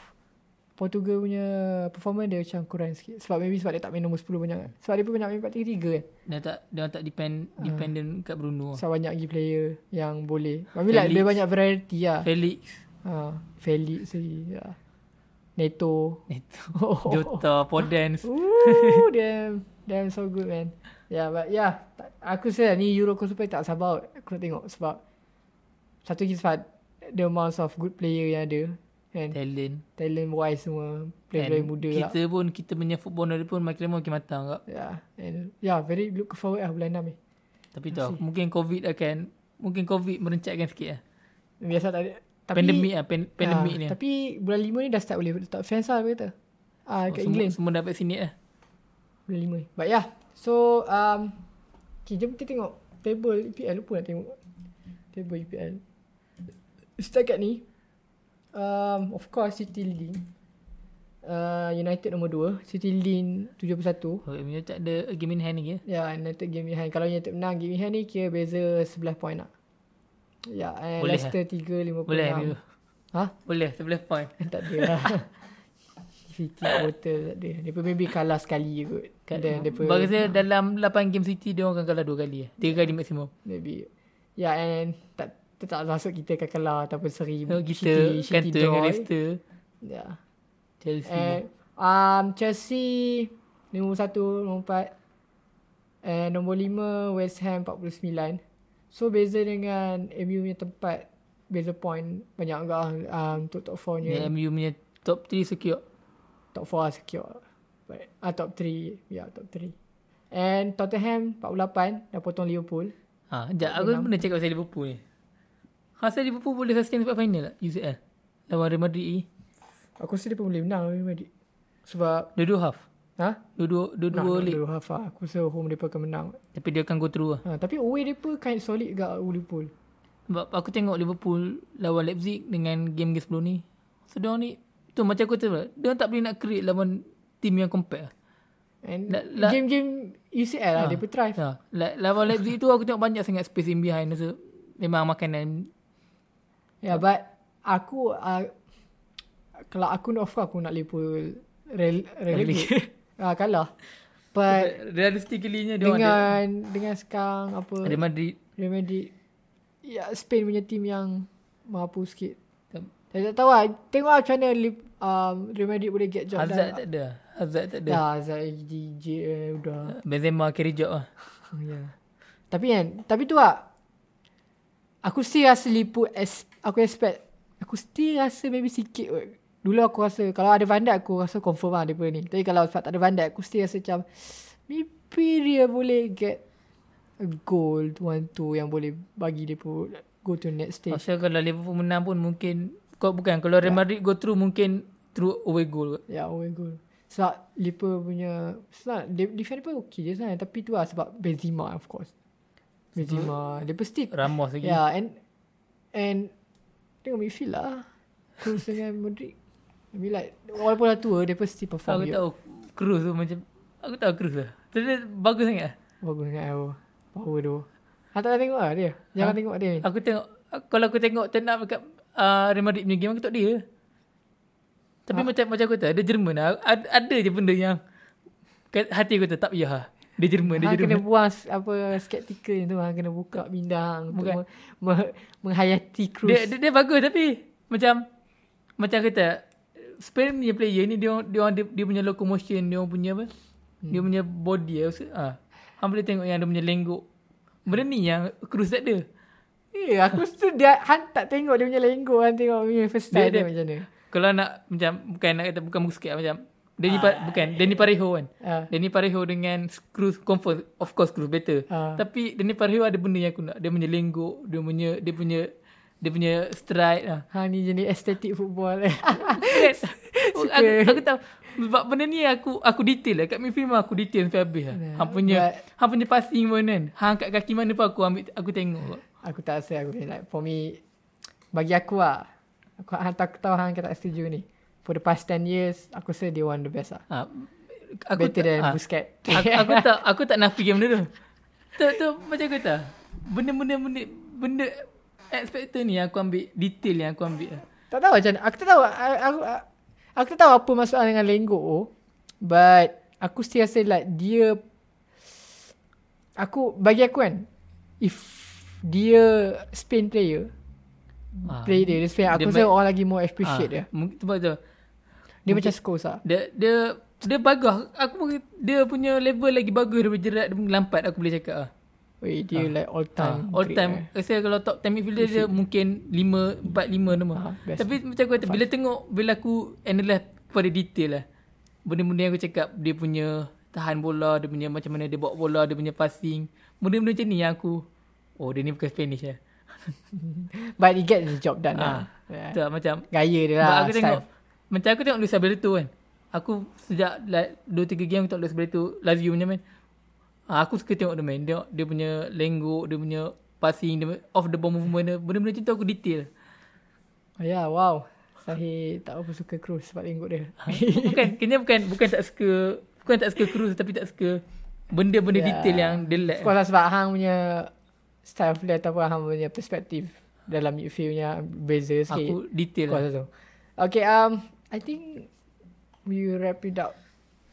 Portugal punya performance dia macam kurang sikit. Sebab maybe sebab dia tak main nombor 10 banyak kan. Sebab dia pun banyak main 4-3-3 kan. dia tak dia tak depend Ah. dependent kat Bruno Sebab banyak lagi player yang boleh. Tapi like dia Oh. Felix. banyak variety lah. Felix Ha, Felix lagi. Ya. Neto. itu Oh. Eh, Jota Podence Ooh, damn, damn so good man. Yeah, but yeah, tak- aku rasa lah ni Euro Cup Super tak sabar kot. aku nak tengok sebab satu lagi sebab the amount of good player yang ada kan talent talent wise semua player-player And muda lah. kita pun kita punya footballer pun makin lama makin matang kak Yeah, and yeah, very look forward lah bulan 6 ni. tapi tu mungkin covid akan mungkin covid merencatkan sikit lah Biasa tak ada Tapi, Pandemik lah pan, Pandemik ah, ni Tapi bulan lima ni dah start boleh letak fans lah dia kata. Ah, kat Oh, semua, England. semua dapat sini lah Bulan lima ni. But yeah. So, um, okay, jom kita tengok table EPL. Lupa nak tengok table E EPL. Setakat ni, um, of course City leading. Uh, United nombor 2. City leading 71. Oh, MU tak ada game in hand lagi eh. Ya, yeah, United game behind. Kalau United menang game behind ni kira beza 11 point lah. Ya, yeah, Boleh, lah. Leicester 3, 56. Boleh MU Ha? Boleh 11 point tak ada lah. Fikir botol tak ada. Depa maybe kalah sekali je kot. Kadang depa Bagi saya dalam 8 game City Dia orang akan kalah 2 kali eh. 3 kali maksimum maybe ya yeah, and tak tak- tak masuk kita akan kalah ataupun seri So, Oh, Kita shitty, shitty Kata dengan draw. Leicester Yeah. Chelsea And um, Chelsea nombor 1, nombor 4 and nombor 5 West Ham 49. So beza dengan MU punya tempat beza point banyak juga lah, uh, untuk top 4 ni. yeah. MU punya top 3 secure Top 4 lah secure. But, uh, top 3. Ya, yeah, top 3. And Tottenham 48 dah potong Liverpool. Ha, sekejap. Aku pernah cakap pasal Liverpool ni. Hasil Liverpool boleh sustain sampai final lah, tak? UCL. Lawan Real Madrid ni. Aku rasa dia pun boleh menang Real Madrid. Sebab Dua-dua half. ha? Dua-dua, Nah, dua-dua nak league. dua half lah. Aku rasa home mereka akan menang. Tapi dia akan go through lah. Ha, tapi away mereka kind solid juga Liverpool. Sebab aku tengok Liverpool lawan Leipzig dengan game-game sebelum ni. So, dia ni. Tu macam aku tahu lah, Dia tak boleh nak create lawan team yang compact lah. And La- la- game-game UCL lah, dia pun try. Ha, la- lawan Leipzig tu aku tengok banyak sangat space in behind. So, memang makanan. Ha. Yeah, Ya, but aku, uh, kalau aku nak offer, aku nak Liverpool rel- relegate. uh, kalah. But Realistically nya dia orang ada. dengan dengan sekarang apa Real Madrid. Real Madrid ya Spain punya team yang mampu sikit. Tak- Saya tak tahu lah. Tengok lah macam mana Lip- um, Real Madrid boleh get job Hazard done. tak ada. Hazard tak ada. Dah, Hazard, DJ, eh, udah. Benzema carry job lah. yeah. Oh, ya. Tapi kan, tapi tu lah. Aku still rasa Liverpool as, aku expect. Aku still rasa maybe sikit kot. Dulu aku rasa kalau ada Van Dijk aku rasa confirm lah dia punya ni. Tapi kalau sebab tak ada Van Dijk aku still rasa macam maybe dia boleh get a goal tu one two yang boleh bagi dia pun go to next stage. Pasal kalau Liverpool menang pun mungkin kau bukan kalau Real Madrid go through mungkin through away goal. kot. Ya, yeah, away goal. Sebab Liverpool punya sebab de- defend Liverpool okey je sebenarnya tapi tu lah sebab Benzema of course. Benzema, dia pun still Ramos lagi. Yeah. Yeah, Ya, and and tengok midfield lah. Cruz dengan Modric. I mean like walaupun dah tua, dia pun still perform. Aku je. tahu Cruz tu macam aku tahu Cruz lah. Tu dia bagus sangat. Bagus sangat aku. Power tu. Ha, tak nak tengok lah dia. Jangan ha? tengok dia ni. Aku tengok aku- kalau aku tengok turn up dekat uh, Real Madrid punya game aku tengok dia. Tapi macam macam aku tahu dia Jerman lah. Ada, ada je benda yang kat hati aku tu tak payah. lah. Dia Jerman, dia Ha, Jerman. kena buang s- apa skeptikal ni tu. Ha, kena buka bindang. Bukan. Me, me, menghayati Cruz. Dia, dia, dia bagus tapi macam macam kata Spain punya player ni dia orang- dia orang- dia, dia punya locomotion, dia orang punya apa? Dia punya body ah. Ha. Hang boleh tengok yang dia punya lenggok. Benda ni yang Cruz tak ada. Eh, aku tu dia han, tak tengok dia punya lenggok kan. Tengok dia punya first time dia, Dia- macam mana. Kalau nak macam bukan nak kata bukan Busquets lah, macam Danny pa, bukan Danny Parejo kan. Ha. Danny Parejo dengan Cruz confirm of course Cruz better. Ah. Tapi Danny Parejo ada benda yang aku nak. Dia punya lenggok, dia punya dia punya dia punya stride ah. Ha, ni jenis estetik football. Yes. Suka. Oh, aku, aku tahu sebab benda ni aku aku detail lah kat midfield mah aku detail sampai habis lah. Hang punya but- hang punya passing pun kan. Hang angkat kaki mana pun aku ambil aku tengok. Aku tak rasa aku ni like for me bagi aku lah aku hang tak tahu hang ke tak setuju ni. For the past 10 years aku rasa dia one of the best lah. Ha, Aku aku Better tak- than ha, Busquets. aku, aku tak aku tak nafikan benda tu. Tu tu macam kata. Benda-benda benda benda expector ni yang aku ambil detail yang aku ambil lah. tak tahu macam mana. aku tak tahu aku, aku, aku tak tahu apa masalah dengan lenggok tu but aku still rasa like dia aku bagi aku kan if dia Spain player Ah, play dia, dia Spain aku Dia rasa baik- orang lagi more appreciate dia. Ha, mungkin sebab tu. Dia macam Scholes lah. Dia dia dia bagus. Aku pun- dia punya level lagi bagus daripada Gerrard dia punya lampat aku boleh cakap ah. Weh, dia like all time. Ha, all great time. lah. Lah. Saya kalau top 10 midfielder dia mungkin 5 4 5 nama. Ah, best. Tapi macam aku kata bila tengok bila aku analyse pada detail lah. Benda-benda yang aku cakap dia punya tahan bola, dia punya macam mana dia bawa bola, dia punya passing. Benda-benda macam ni yang aku oh dia ni bukan Spanish lah. But it gets the job done Ah. lah. Yeah. Tu lah, macam Gaya dia Sebab lah. aku style. tengok Macam aku tengok Luis Alberto kan Aku sejak like, 2-3 game aku tengok Luis Alberto Lazio punya main Ah, Aku suka tengok dia main Dia, dia punya lenggok Dia punya passing dia, punya Off the ball movement dia. Benda-benda macam tu aku detail Oh, yeah, wow. Sahih tak apa suka Cruz sebab tengok dia. Eh. Bukan Kena bukan Bukan tak suka Bukan tak suka Cruz Tapi tak suka Benda-benda Ya. yeah. detail yang dia lack Of course lah sebab Hang punya style of play ataupun Hang punya perspektif dalam midfield punya beza sikit. Aku detail Of lah. course tu. Okay, um, I think we wrap it up.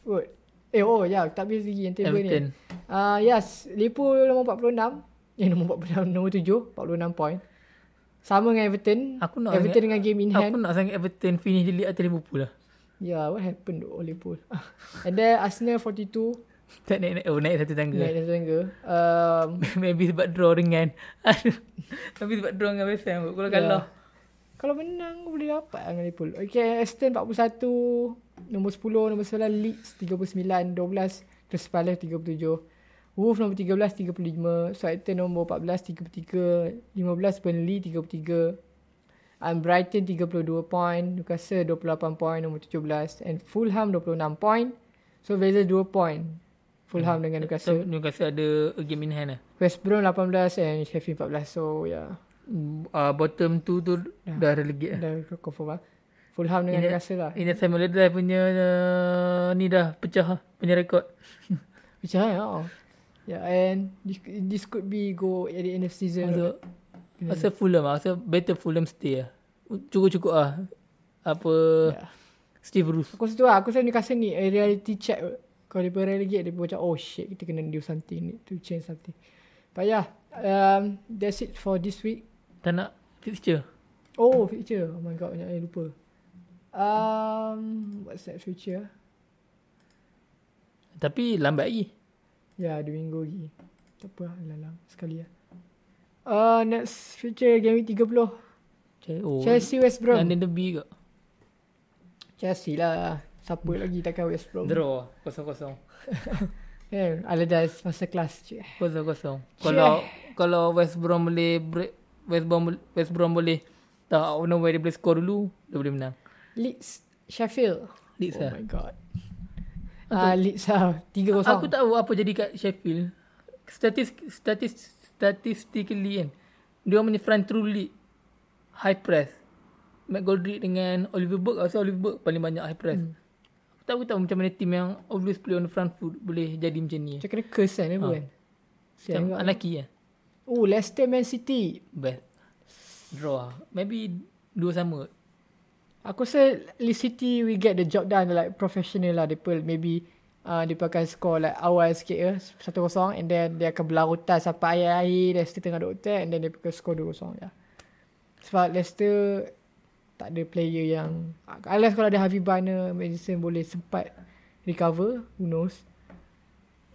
Good. Eh, oh ya, yeah, tak habis lagi yang table Everton. ni. Uh, yes, Liverpool nombor 46. Eh, nombor 46, nombor 7, 46 point. Sama dengan Everton. Aku nak Everton dengan game in hand. Aku nak sangat Everton Finish di League atas Liverpool lah Yeah, what happened to Liverpool? And then Arsenal 42. Tak naik-naik Oh naik satu tangga Yeah. United Tengah. Um, Maybe sebab draw dengan Aduh Maybe sebab draw dengan West Ya. Ham Kalau kalah kalau menang boleh dapat lah dengan Liverpool. Okay, Aston 41, nombor 10, nombor 11, Leeds 39, 12, Crystal Palace 37, Wolves nombor 13, 35, Southampton nombor 14, 33, 15, Burnley 33, and Brighton 32 point, Newcastle 28 point, nombor 17, and Fulham 26 point. So, beza 2 point. Fulham dengan So, Newcastle. Newcastle ada a game in hand lah. West Brom 18 and Sheffield 14. So, ya. yeah. Uh, bottom tu tu dah relegate lah. Dah confirm lah. Fulham dengan Ini- eh. Newcastle lah. Ini Samuel Adai punya uh, ni dah pecah lah, punya rekod. Which I oh. Yeah, and this, this could be go at the end of season. So, rasa Fulham lah. Rasa better Fulham stay lah. Cukup-cukup lah. Apa yeah. Steve Bruce. Aku rasa tu lah. Aku rasa Newcastle ni a reality check. Kalau dia relegate, dia macam, oh shit, kita kena do something. Need to change something. But yeah, um, that's it for this week. Tak nak fixture. Oh, future. Oh my god, banyak yang lupa. Um, what's that future? Tapi lambat lagi. Ya, dua minggu lagi. Tak apa lah, lalang sekali lah. Uh, next future game week 30. Che- Oh, Chelsea West Brom. London Derby kot. Chelsea lah. Siapa Hmm. lagi takkan West Brom. Draw. lah, Kosong-kosong. Kan, Allardyce masa kelas je. Kosong-kosong. Kalau kalau West Brom boleh break, West Brom boleh- West Brom boleh tak out of nowhere dia boleh score dulu, dia boleh menang. Leeds, Sheffield. Leeds oh lah. my god. Ah uh, Leeds lah. 3-0. Aku tak tahu apa jadi kat Sheffield. Statis, statis, statistically kan. Dia orang punya front through lead. High press. McGoldrick dengan Oliver Burke. Aku rasa Oliver Burke paling banyak high press. Hmm. Aku tak, aku tak tahu macam mana team yang always play on the front foot boleh jadi macam ni. Macam kena curse kan, apa kan? Ah. Macam Siang kan? unlucky lah. Oh, Leicester Man City. Best. Draw lah. Maybe dua sama. Aku rasa Leeds City we get the job done like professional lah. Mereka maybe uh, dia akan score like awal sikit ke. 1-0 and then dia akan berlarutan sampai akhir-akhir. Leicester tengah duk attack and then dia akan score 2-0 ya. Sebab Leicester tak ada player yang unless kalau ada Harvey Barnes, Madison boleh sempat recover. Who knows?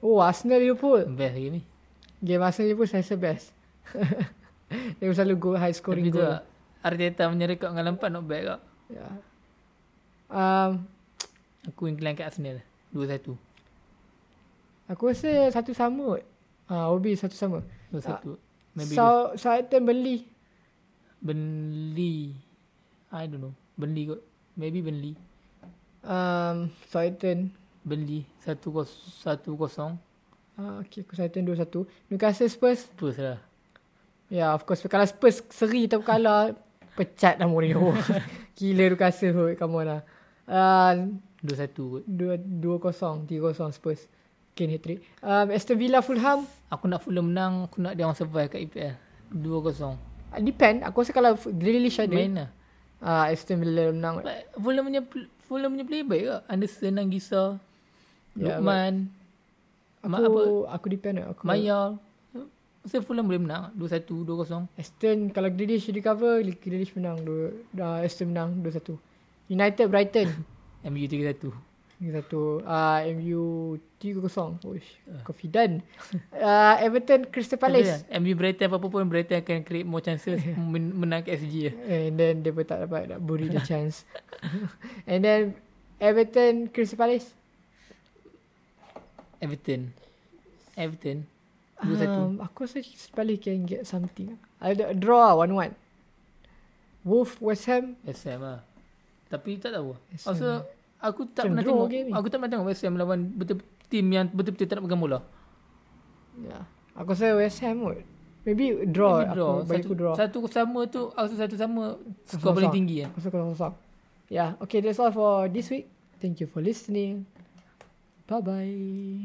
Oh, Arsenal Liverpool. Best lagi ni. Game Arsenal Liverpool saya rasa best. dia selalu go high Tapi scoring tu goal. lah, Arteta punya rekod dengan Lampard not bad kak. Yeah. Um, Aku incline kat Arsenal. 2-1. Aku rasa satu sama kot. Ah, Obi satu sama. 2-1. Maybe Sau Southampton beli. Burnley. I don't know. Burnley kot. Maybe Burnley. Um, Southampton. Burnley. Satu kos, satu kosong. Ah, okay, aku Southampton 2-1. Newcastle Spurs. Terus lah. Ya, yeah, of course. Kalau Spurs seri tak kalah, pecat lah Mourinho. Gila Newcastle kot. Come on lah. Uh, Dua satu kot. 2-0, 3-0 Spurs. Kane hat-trick. Um, Aston Villa Fulham. Aku nak Fulham menang. Aku nak dia orang survive kat EPL. Dua kosong. Ah, Depend. Aku rasa kalau F- Grealish ada. Main lah. Ah, Aston Villa menang. kot. But Fulham punya, pl- Fulham punya lah. play baik kak. Anderson, Anggisa. Ya, Lukman. Ma- apa? Aku, aku depend. lah. Aku, Mayal. Saya Fulham boleh menang. Dua satu. Dua kosong. Aston kalau Grealish recover Grealish menang dua, uh, Aston menang 2-1 United Brighton MU tiga satu. 1 uh, MU 3-0 Oish, confident uh, Everton Crystal Palace Ah. Tapi kan, MU Brighton apa-apa pun Brighton akan create more chances men- menang kat SG ya. Eh, and then dia pun tak dapat nak buri the chance and then Everton Crystal Palace Everton Everton Um, aku rasa Crystal Palace can get something. I draw lah, 1-1. Wolf West Ham. West Ham lah. Tapi tak tahu. West Ham. Also aku tak Macam pernah draw tengok. game ni. Aku tak pernah tengok West Ham lawan betul tim yang betul-betul tak lah. nak pegang bola. Yeah. Ya, Aku rasa West Ham kot. Maybe draw. Maybe draw. Aku, bagi satu, aku draw. satu sama tu aku rasa satu sama skor paling Kosong-kosong. tinggi kan. Aku rasa kosong-kosong. Yeah. Okay, that's all for this week. Thank you for listening. Bye-bye.